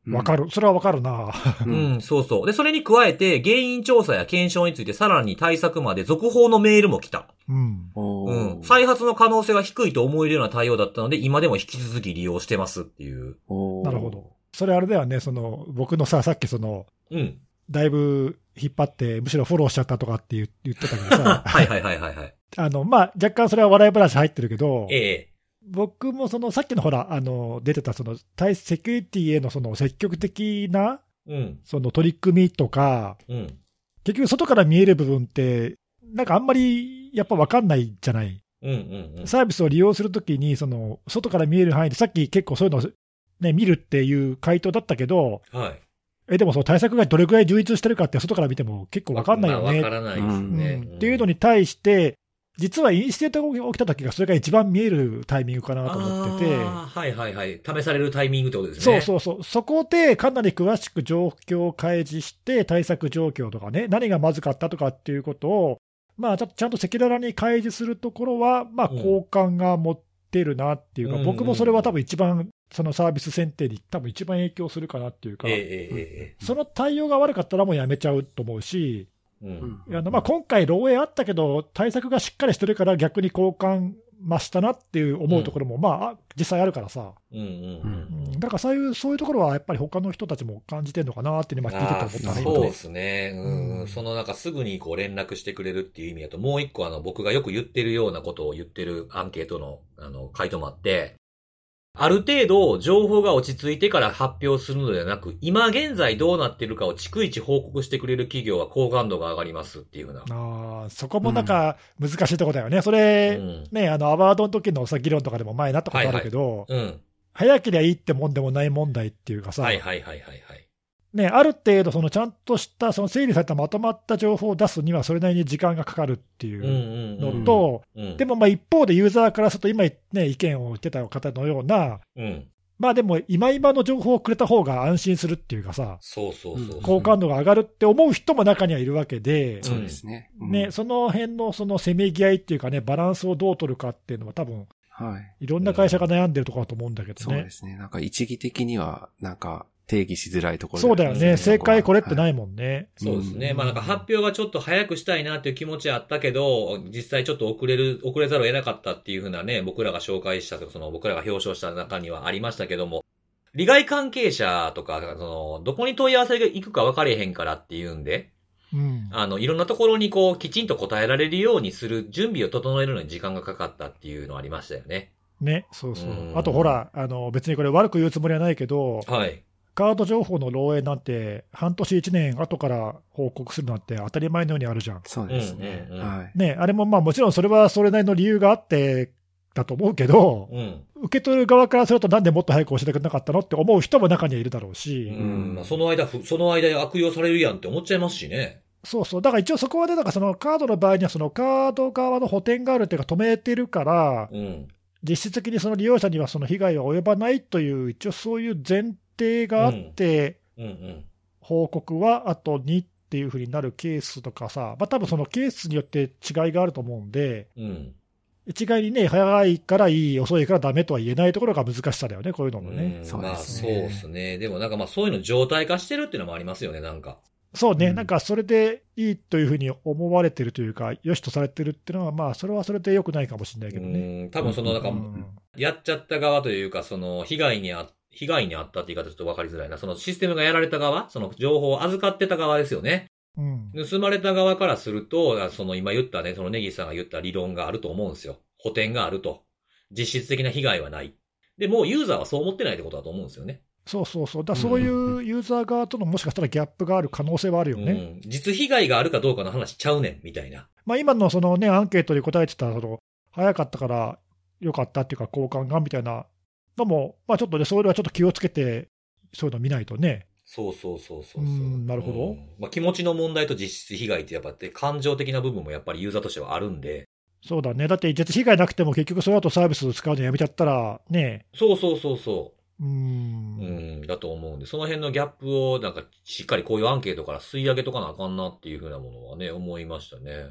うんん。わかる。それはわかるな。
う。
うんん、そうそう。で、それに加えて、原因調査や検証についてさらに対策まで続報のメールも来た。
うん。
お
う
ー
ん。再発の可能性は低いと思えるような対応だったので、今でも引き続き利用してますっていう。
おー
なるほど。それあれだよね、その、僕のさ、さっきその、
うん。
だいぶ引っ張って、むしろフォローしちゃったとかって言う言ってたけど
<laughs>
さ、
はいはいはいはいはい。
あの、まあ、若干それは笑い話入ってるけど、
ええ。
僕もその、さっきのほら、あの、出てた、その、対セキュリティへのその、積極的な、
うん。
その取り組みとか、
うん。
結局外から見える部分って、なんかあんまり、やっぱ分かんないじゃない。
うんうんうん。
サービスを利用するときに、その、外から見える範囲で、さっき結構そういうのを、ね、見るっていう回答だったけど、
はい。
え、でもその対策がどれくらい充実してるかって、外から見ても結構わかんないよ
まあ
ね、
わからないですね。
うんっていうのに対して、実はインシデントが起きた時がそれが一番見えるタイミングかなと思ってて、
あーはいはいはい。試されるタイミングってことです
そ
ね。
うそうそう、そこでかなり詳しく状況を開示して、対策状況とかね、何がまずかったとかっていうことを、まあ、ちゃちゃんと赤裸々に開示するところは、まあ、
うん
好感が持ってるなっていうか、
うんうん
僕もそれは多分一番、そのサービス選定に多分一番影響するかなっていうか、
えええええ
その対応が悪かったらもうやめちゃうと思うし、
え。う。
うんん
あのまあ、今回、漏洩あったけど、対策がしっかりしてるから、逆に好感増したなっていう思うところも、まあ、あ実際あるからさ、
うんうん
う
うん
ん、だからそういうそういうところはやっぱり他の人たちも感じてるのかなって、今、聞いてて
ああ、
思ったね
そうですね。う。
うんん
そのなんかすぐにこう連絡してくれるっていう意味だと、もう一個あの僕がよく言ってるようなことを言ってるアンケートのあの回答もあって、ある程度情報が落ち着いてから発表するのではなく、今現在どうなってるかを逐一報告してくれる企業は好感度が上がりますっていうふうな。
あーそこもなんか難しいところだよね、それ、
うん。
ね、あのアワードの時のさ議論とかでも前になったことあるけど、
うん。
早けりゃいいってもんでもない問題っていうかさ、
はいはいはいはいはい。
ね、ある程度、そのちゃんとしたその整理されたまとまった情報を出すには、それなりに時間がかかるってい
うんう
うん
うん。
のと、
うん、
でもまあ一方でユーザーからすると、今、ね、意見を言ってた方のような、
うん。
まあでも、今今の情報をくれた方が安心するっていうかさ、
そうそうそうそう。
好感度が上がるって思う人も中にはいるわけで、
そうですね。うん
ね、その辺のそのせめぎ合いっていうかね、バランスをどう取るかっていうのは、多分
はい。
いろんな会社が悩んでるところだと思うんだけど
そう
ね
で。すね。なんか一義的には、なんか定義しづらいところ
そうだよね、正解これって
い。
ないもんね。
そうですね。
うん
まあなんか発表がちょっと早くしたいなっていう気持ちはあったけど、実際ちょっと遅れる、遅れざるを得なかったっていうふうなね、僕らが紹介したとか、その僕らが表彰した中にはありましたけども、利害関係者とか、その、どこに問い合わせが行くか分かれへんからっていうんで、
うん
あの、いろんなところにこう、きちんと答えられるようにする準備を整えるのに時間がかかったっていうのありましたよね。
ね、そうそう
うん
あとほらあの、別にこれ悪く言うつもりはないけど、
はい。
カード情報の漏洩なんて、半年、1年後から報告するなんて当たり前のようにあるじゃん。
そうですね。
うんうんうん
はい。
ね、あれもまあもちろんそれはそれなりの理由があってだと思うけど、
うん。
受け取る側からすると、なんでもっと早く教えてくれなかったのって思う人も中にはいるだろう
う
し、
ん。まあその間、ふその間に悪用されるやんって思っちゃいますしね。
そうそう、だから一応そこはね、だからそのカードの場合には、そのカード側の補填があるっていうか、止めてるから、
うん。
実質的にその利用者にはその被害は及ばないという、一応そういう前提があって、
うんうん。
報告は後にっていうふうになるケースとかさ、まあ多分そのケースによって違いがあると思うんで。
うん。
一概にね、早いからいい、遅いからダメとは言えないところが難しさだよね、こういうのもね。
うん
そう
まあ
です
そう
ね
ですね。でもなんかまあそういうの状態化してるっていうのもありますよね、なんか。
そうね、
うん
なんかそれでいいというふうに思われてるというか、良しとされてるっていうのは、まあ、それはそれで良くないかもしれないうけどね。
ん、多分そのなん
う
か、
ん
やっちゃった側というか、その被害にあ、被害にあったって言い方ちょっとわかりづらいな。そのシステムがやられた側、その情報を預かってた側ですよね。
うん
盗まれた側からすると、その今言ったね、そのネギさんが言った理論があると思うんですよ。補填があると。実質的な被害はない。で、もうユーザーはそう思ってないってことだと思うんですよね。
そうそうそう、だからそういうユーザー側とのもしかしたらギャップがある可能性はあるよね。
うん。実被害があるかどうかの話ちゃうねん、みたいな。
まあ、今のその、ね、アンケートに答えてたその、早かったから良かったっていうか、好感がみたいなのも、まあ、ちょっとね、それはちょっと気をつけて、そういうの見ないとね、
そうそうそうそうそう。
うんなるほど
うんまあ、気持ちの問題と実質被害ってやっぱって感情的な部分もやっぱりユーザーとしてはあるんで。
そうだね、だって、実被害なくても、結局、その後サービスを使うのやめちゃったら、ね、
そうそうそうそう
ーん
う。うん、だと思うんで、その辺のギャップをなんかしっかりこういうアンケートから吸い上げとかなあかんなっていうふうなものはね、思いましたね。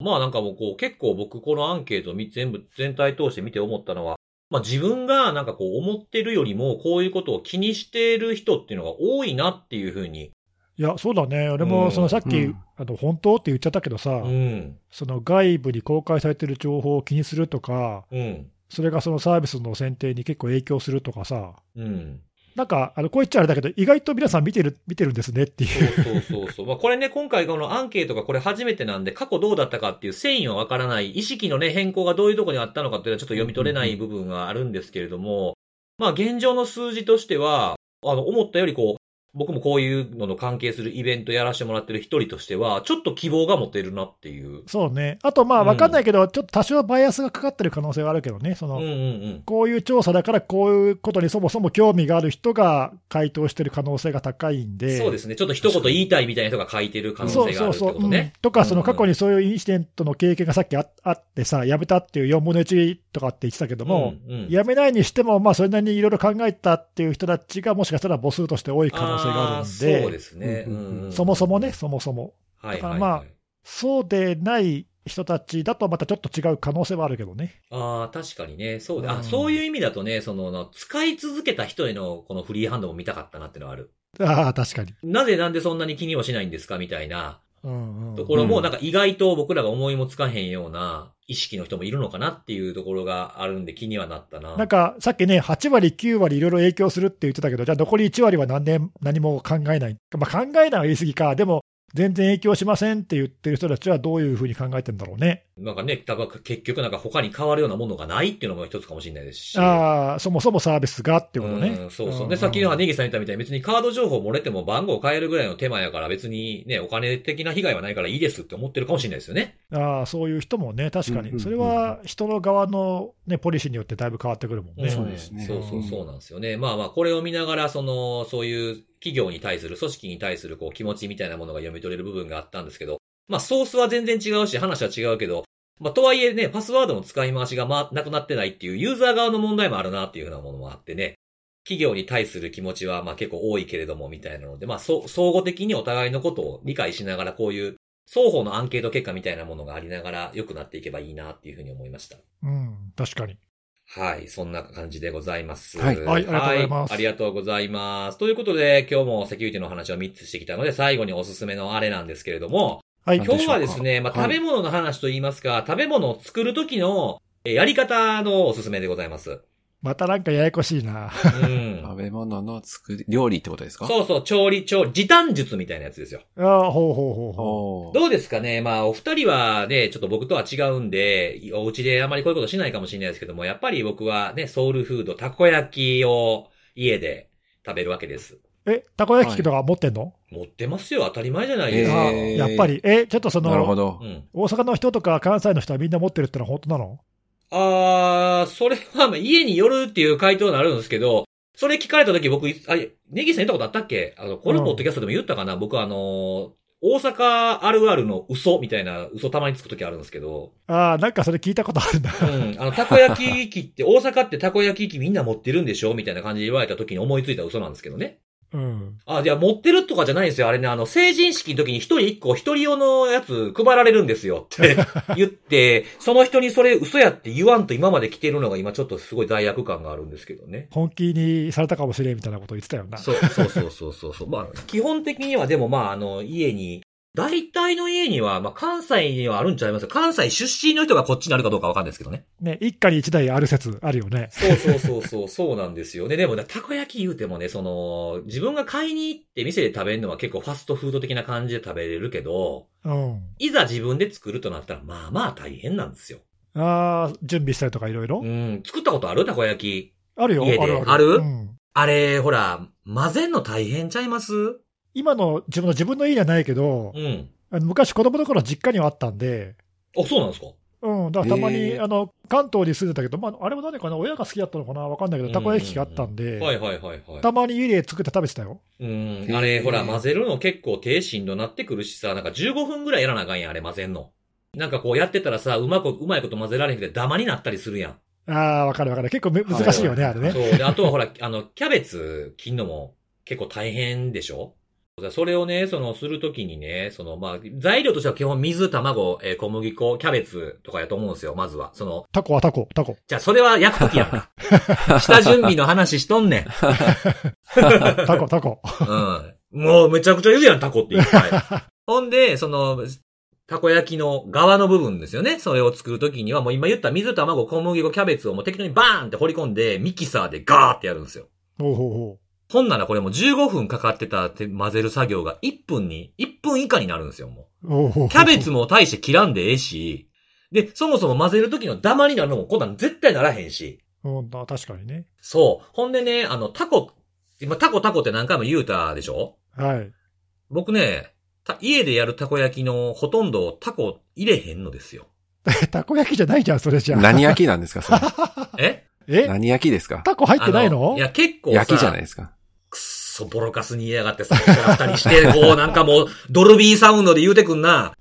まあなんかもうこう結構僕このアンケートみ全部全体通して見て思ったのは、まあ自分がなんかこう思ってるよりもこういうことを気にしてる人っていうのが多いなっていうふうに。
いや、そうだね、俺
う
も
ん
そのさっき、
うん
あの本当って言っちゃったけどさ、
うん。
その外部に公開されてる情報を気にするとか、
うん。
それがそのサービスの選定に結構影響するとかさ、
うん。
なんか、あのこう言っちゃあれだけど、意外と皆さん見てる見てるんですねっていう。
そうそうそうそう。まあこれね、今回このアンケートがこれ初めてなんで、過去どうだったかっていう繊維はわからない、意識のね、変更がどういうとこにあったのかっていうのはちょっと読み取れない部分があるんですけれども、まあ現状の数字としては、あの、思ったよりこう、僕もこういうのの関係するイベントやらせてもらってる一人としては、ちょっと希望が持てるなっていう。
そうね。あと、まあ、
うん
わかんないけど、ちょっと多少バイアスがかかってる可能性はあるけどね、そ
うん
の、
うんうん。
こういう調査だから、こういうことにそもそも興味がある人が回答してる可能性が高いんで。
そうですね。ちょっと一言言いたいみたいな人が書いてる可能性があるって
そうそ
こ
うそう
とね。
うんとか、その過去にそういうインシデントの経験がさっきああってさ、やめたっていう4分の1とかって言ってたけども、
うんうん
やめないにしても、まあ、それなりにいろいろ考えたっていう人たちが、もしかしたら母数として多い可能性があるん
ー
で、
そうですね。
うんうんうん
うんうん
そもそもね、。そもそも。
はい
だか
は
ら
い、
まあ
はい。
そうでない人たちだと、またちょっと違う可能性はあるけどね。
ああ、確かにね。そうだ、
う
あ、
ん
そういう意味だとね、その、な使い続けた人へのこのフリーハンドも見たかったなってのはある。
ああ、確かに。
なぜなんでそんなに気にもしないんですかみたいな
うんうん
ところも、
うん
なんか意外と僕らが思いもつかへんような意識の人もいるのかなっていうところがあるんで気にはなったな。
なんかさっきね、8割、9割いろいろ影響するって言ってたけど、じゃあ残り1割は何年何も考えない、まあ、考えないは言い過ぎか、でも全然影響しませんって言ってる人たちはどういうふうに考えてるんだろうね。
なんかね、多分結局なんか他に変わるようなものがないっていうのも一つかもしれないですし。
ああ、そもそもサービスがってこと
う
ね。
んそう
うん
そうう。
ん
で、さっきのネギさん言ったみたいに別にカード情報漏れても番号変えるぐらいの手間やから別にね、お金的な被害はないからいいですって思ってるかもしれないですよね。
ああ、そういう人もね、確か
うんうん
に。
うん
それは人の側の、ね、ポリシーによってだいぶ変わってくるもんね。
そうですね
そうそうそうなんですよね。まあまあ、これを見ながら、その、そういう企業に対する、組織に対する、こう、気持ちみたいなものが読み取れる部分があったんですけど、まあ、ソースは全然違うし、話は違うけど、まあ、とはいえね、パスワードの使い回しがま、なくなってないっていう、ユーザー側の問題もあるなっていうふうなものもあってね、企業に対する気持ちは、まあ結構多いけれども、みたいなので、まあ、そう、総合的にお互いのことを理解しながら、こういう、双方のアンケート結果みたいなものがありながら、良くなっていけばいいなっていうふうに思いました。
うん、確かに。
はい、そんな感じでございます。
はい
はいありがとうございます
はありがとうございます。ということで、今日もセキュリティの話を3つしてきたので、最後におすすめのあれなんですけれども、
はい
なんでし
今
ょ
日は
うか
ですね、まあ、
は
食
い
べ物の話といいますか、食べ物を作る時のえやり方のおすすめでござい
<laughs>
ます。
またなんかややこしいな。
うん
食。べ物の作り、料理ってことですか
そうそう、調理、調理、時短術みたいなやつですよ。
ああ、ほうほうほうほ
おー
どうですかねまあ、お二人はね、ちょっと僕とは違うんで、お家であまりこういうことしないかもしれないですけども、やっぱり僕はね、ソウルフード、たこ焼きを家で食べるわけです。
う。え、たこ焼き器とか持ってんの、
持ってますよ。当たり前じゃないですか。
ああ
えー
やっぱり。え、ちょっとその、
なるほど
う。ん。
大阪の人とか関西の人はみんな持ってるってのは本当なの
あー、それは、まあ、家によるっていう回答になるんですけど、それ聞かれた時僕、あ、ネギさん言ったことあったっけあの、このポッドキャストでも言ったかな、僕あの、大阪あるあるの嘘みたいな嘘たまにつく時あるんですけど、
ああ、なんかそれ聞いたことあるな。
うん。あの、たこ焼き器って、大阪ってたこ焼き器みんな持ってるんでしょみたいな感じで言われた時に思いついた嘘なんですけどね。
<laughs> うん。
あ、じゃあ持ってるとかじゃないんですよ。あれね、あの、成人式の時に一人一個一人用のやつ配られるんですよって <laughs> 言って、その人にそれ嘘やって言わんと今まで来てるのが今ちょっとすごい罪悪感があるんですけどね。
本気にされたかもしれんみたいなこと言ってたよな。
そう、そうそうそうそうそう。まあ、基本的にはでもまあ、あの、家に、大体の家には、まあ、関西にはあるんちゃいます関西出身の人がこっちにあるかどうかわかんないですけどね。
ね、一家に一台ある説あるよね。
そうそうそうそう、そうなんですよね。でもね、たこ焼き言うてもね、その、自分が買いに行って店で食べるのは結構ファストフード的な感じで食べれるけど、
うん。
いざ自分で作るとなったら、まあまあ大変なんですよ。
ああ、準備したりとかいろいろ
う。ん、作ったことあるたこ焼き。
あるよ、
家で
あるある。
ある
うん
あれ、ほら、混ぜんの大変ちゃいます
今の自分の自分の家じゃないけど
う、ん。
あの昔子供の頃実家にはあったんで、
あ、そうなんですか
うん、だからたまに、
へえ
あの関東に住んでたけど、まあ、あれも何かな、親が好きだったのかな、わかんないけど、たこ焼き器があったんで、
はいはいはいはい。
たまに家で作って食べてたよ。
うん、あれ、ほら、混ぜるの結構低深度なってくるしさ、なんか15分ぐらいやらなあかんやん、あれ混ぜんの。なんかこうやってたらさ、うまく、うまいこと混ぜられへんくてダマになったりするやん。
ああ、わかるわかる、結構む難しいよね、あれね。
そう。で、あとはほら、あの、キャベツ切んのも結構大変でしょそれをね、その、するときにね、その、まあ、材料としては基本水、卵、えー小麦粉、キャベツとかやと思うんですよ、まずは。その、
タコはタコ、タコ。
じゃあそれは焼くときやんか。下準備の話しとんねん。
タコ、タ <laughs> コ。
うん。もうめちゃくちゃ言うやん、タコっていっぱい。ほんで、その、たこ焼きの側の部分ですよね。それを作るときには、もう今言った水、卵、小麦粉、キャベツをもう適当にバーンって放り込んで、ミキサーでガーってやるんですよ。
ほうほうほ
ほんならこれもう15分かかってたて混ぜる作業が1分に、1分以下になるんですよ、も
う。ほうほうほう
う。キャベツも大して切らんでええし、で、そもそも混ぜるときのダマになるのもこんなん絶対ならへんし。
うん、あ確かにね。
そう。ほんでね、あの、タコ、今タコタコって何回も言うたでしょ
はい。
僕ね、た家でやるたこ焼きのほとんどタコ入れへんのですよ。
たこ焼きじゃないじゃん、それじゃ。
何焼きなんですかそれ。
え
え
何焼きですか
タコ入ってないの
あいや、結構さ、
焼きじゃないですか。
くっそボロカスに言いやがってさ、二人して、こうなんかもう、ドルビーサウンドで言うてくん
<laughs>
な。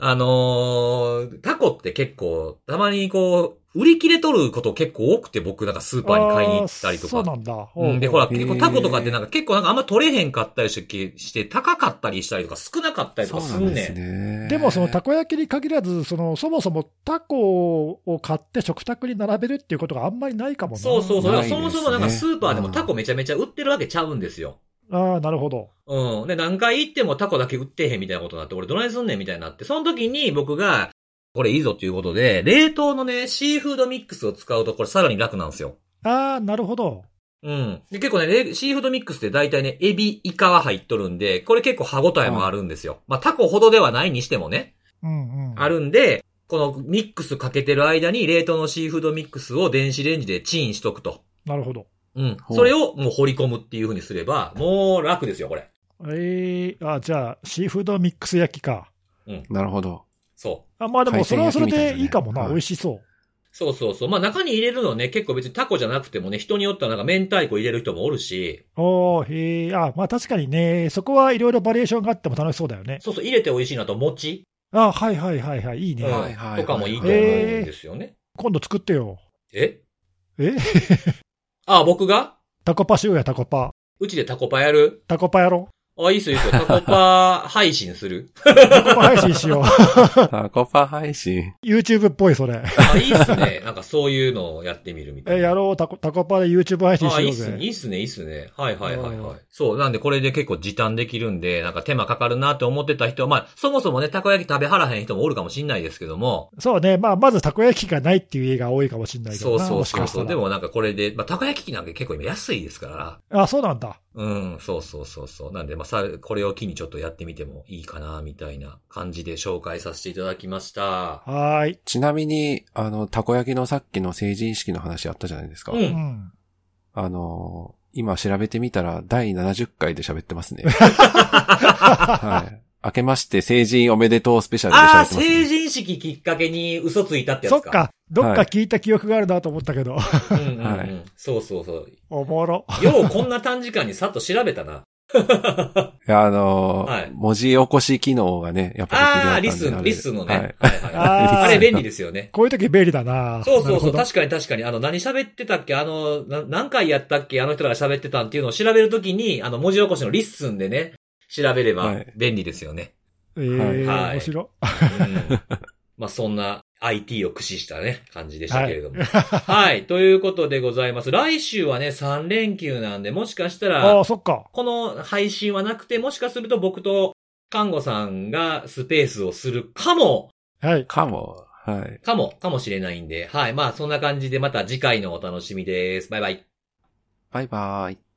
あのー、タコって結構、たまにこう、売り切れ取ること結構多くて僕なんかスーパーに買いに行ったりと
あーそうな
か。
んだ。
うん、で、ほら、
へー
結構タコとかってなんか結構なんかあんま取れへんかったりして、して高かったりしたりとか少なかったりと
そ
か
うな
す
ん
ん
で
ね
す
ん。
ね。
でもそのたこ焼きに限らず、そのそもそもタコを買って食卓に並べるっていうことがあんまりないかもな。
そうそうそう。だ
な
か
い
らそ
ですね
もそもなんかスーパーでもタコめちゃめちゃ売ってるわけちゃうんですよ。
ああ、なるほど。
うん。で、何回行ってもタコだけ売ってへんみたいなことになって、俺どないすんねんみたいになって、その時に僕が、これいいぞっていうことで、冷凍のね、シーフードミックスを使うとこれさらに楽なんですよ。
ああ、なるほど。
うん。で、結構ね、レシーフードミックスって大体ね、エビ、イカは入っとるんで、これ結構歯応えもあるんですよ。まあ、タコほどではないにしてもね、
うんうん。
あるんで、このミックスかけてる間に冷凍のシーフードミックスを電子レンジでチンしとくと。
なるほど。
うん。
ほう
それをもう掘り込むっていう風にすれば、もう楽ですよ、これ。
ええあじゃあ、シーフードミックス焼きか。
なるほど。
そ。
あまあでも、それはそれでいいかもな。
海鮮焼きみたいな
美
ね
味しそう
そうそうそう。まあ中に入れるのね、結構別にタコじゃなくてもね、人によってはなんか明太子入れる人もおるし、
う。おー、へえあまあ確かにね、そこはいろいろバリエーションがあっても楽しそうだよね。
そうそう、入れて美味しいなと餅、
あはいはいはいはい、いいね。
うん
はいはいはい
とかもいいと思うんですよね。
今度作ってよ。
え
え <laughs>
あ、僕が
タコパしようや、タコパ。
うちでタコパやる
タコパやろ
あ、いいっすよ、いいっすよ。タコパ配信する。
タコパ配信しよ
タコパ配信。
う。YouTube っぽい、それ。
あ、いいっすね。なんかそういうのをやってみるみたい
え、
な。
やろう、タコタコパで YouTube 配信
あ、
し
い
よ
いうっすね、い
ぜ。
いっすね、いいっすね。はいはいはいは
う
い。そう、なんでこれで結構時短できるんで、なんか手間かかるなって思ってた人は、まあ、そもそもね、たこ焼き食べはらへん人もおるかもしんないですけども、
そうね、まあ、まずたこ焼きがないっていう家が多いかもしれないけ
そ
ど
う
な、
そう
もし
そ
か
う
した
そう。
ら
でもなんかこれで、まあ、たこ焼き器なんて結構今安いですから、
あ、そうなんだ。
うん、そうそうそうそう。なんで、まあ、さ、これを機にちょっとやってみてもいいかな、みたいな感じで紹介させていただきました。
はーい。
ちなみに、あの、たこ焼きのさっきの成人式の話あったじゃないですか。
うん
うん。
あの、今調べてみたら、第70回で喋ってま
<laughs>
すね。はい。明けまして成人おめでとうスペシャルで
あ
喋
あ、
ってま
成
す、ね。
人式きっかけに嘘ついたってや
そっ
つか。
か、どっか聞いた記憶があるなと思ったけど、 <laughs>
そっか。うんうんうん。
はい
そうそうそう。
おもろ。
ようこんな短時間にさっと調べたな。
いやあのー
はい
文字起こし機能がね、やっぱ
ああ、
り
リ
不
ス
良だったん
ン、
で
リスンのね。
あ
は
れ
いはいはい
あー
あれ便利ですよね。
こういう時便利だな
そうそうそう、
なる
確かに確かに、あの、何喋ってたっけあの、な何回やったっけあの人らが喋ってたんっていうのを調べるときに、あの、文字起こしのリッスンでね、調べれば
はい
便利ですよね。
ほどええ
はいはい
面白い。
うんまあ、そんな IT を駆使したね、感じでしたけれども。 <laughs> はい、ということでございます。来週はね、3連休なんで、もしかした
あ
ら
あ、、そっか。
この配信はなくて、もしかすると僕と、看護さんがスペースをするかも、
はい。
かも。はい。
かも、かもしれないんで。はい。まあ、そんな感じでまた次回のお楽しみです。バイバイ。
バイバイ。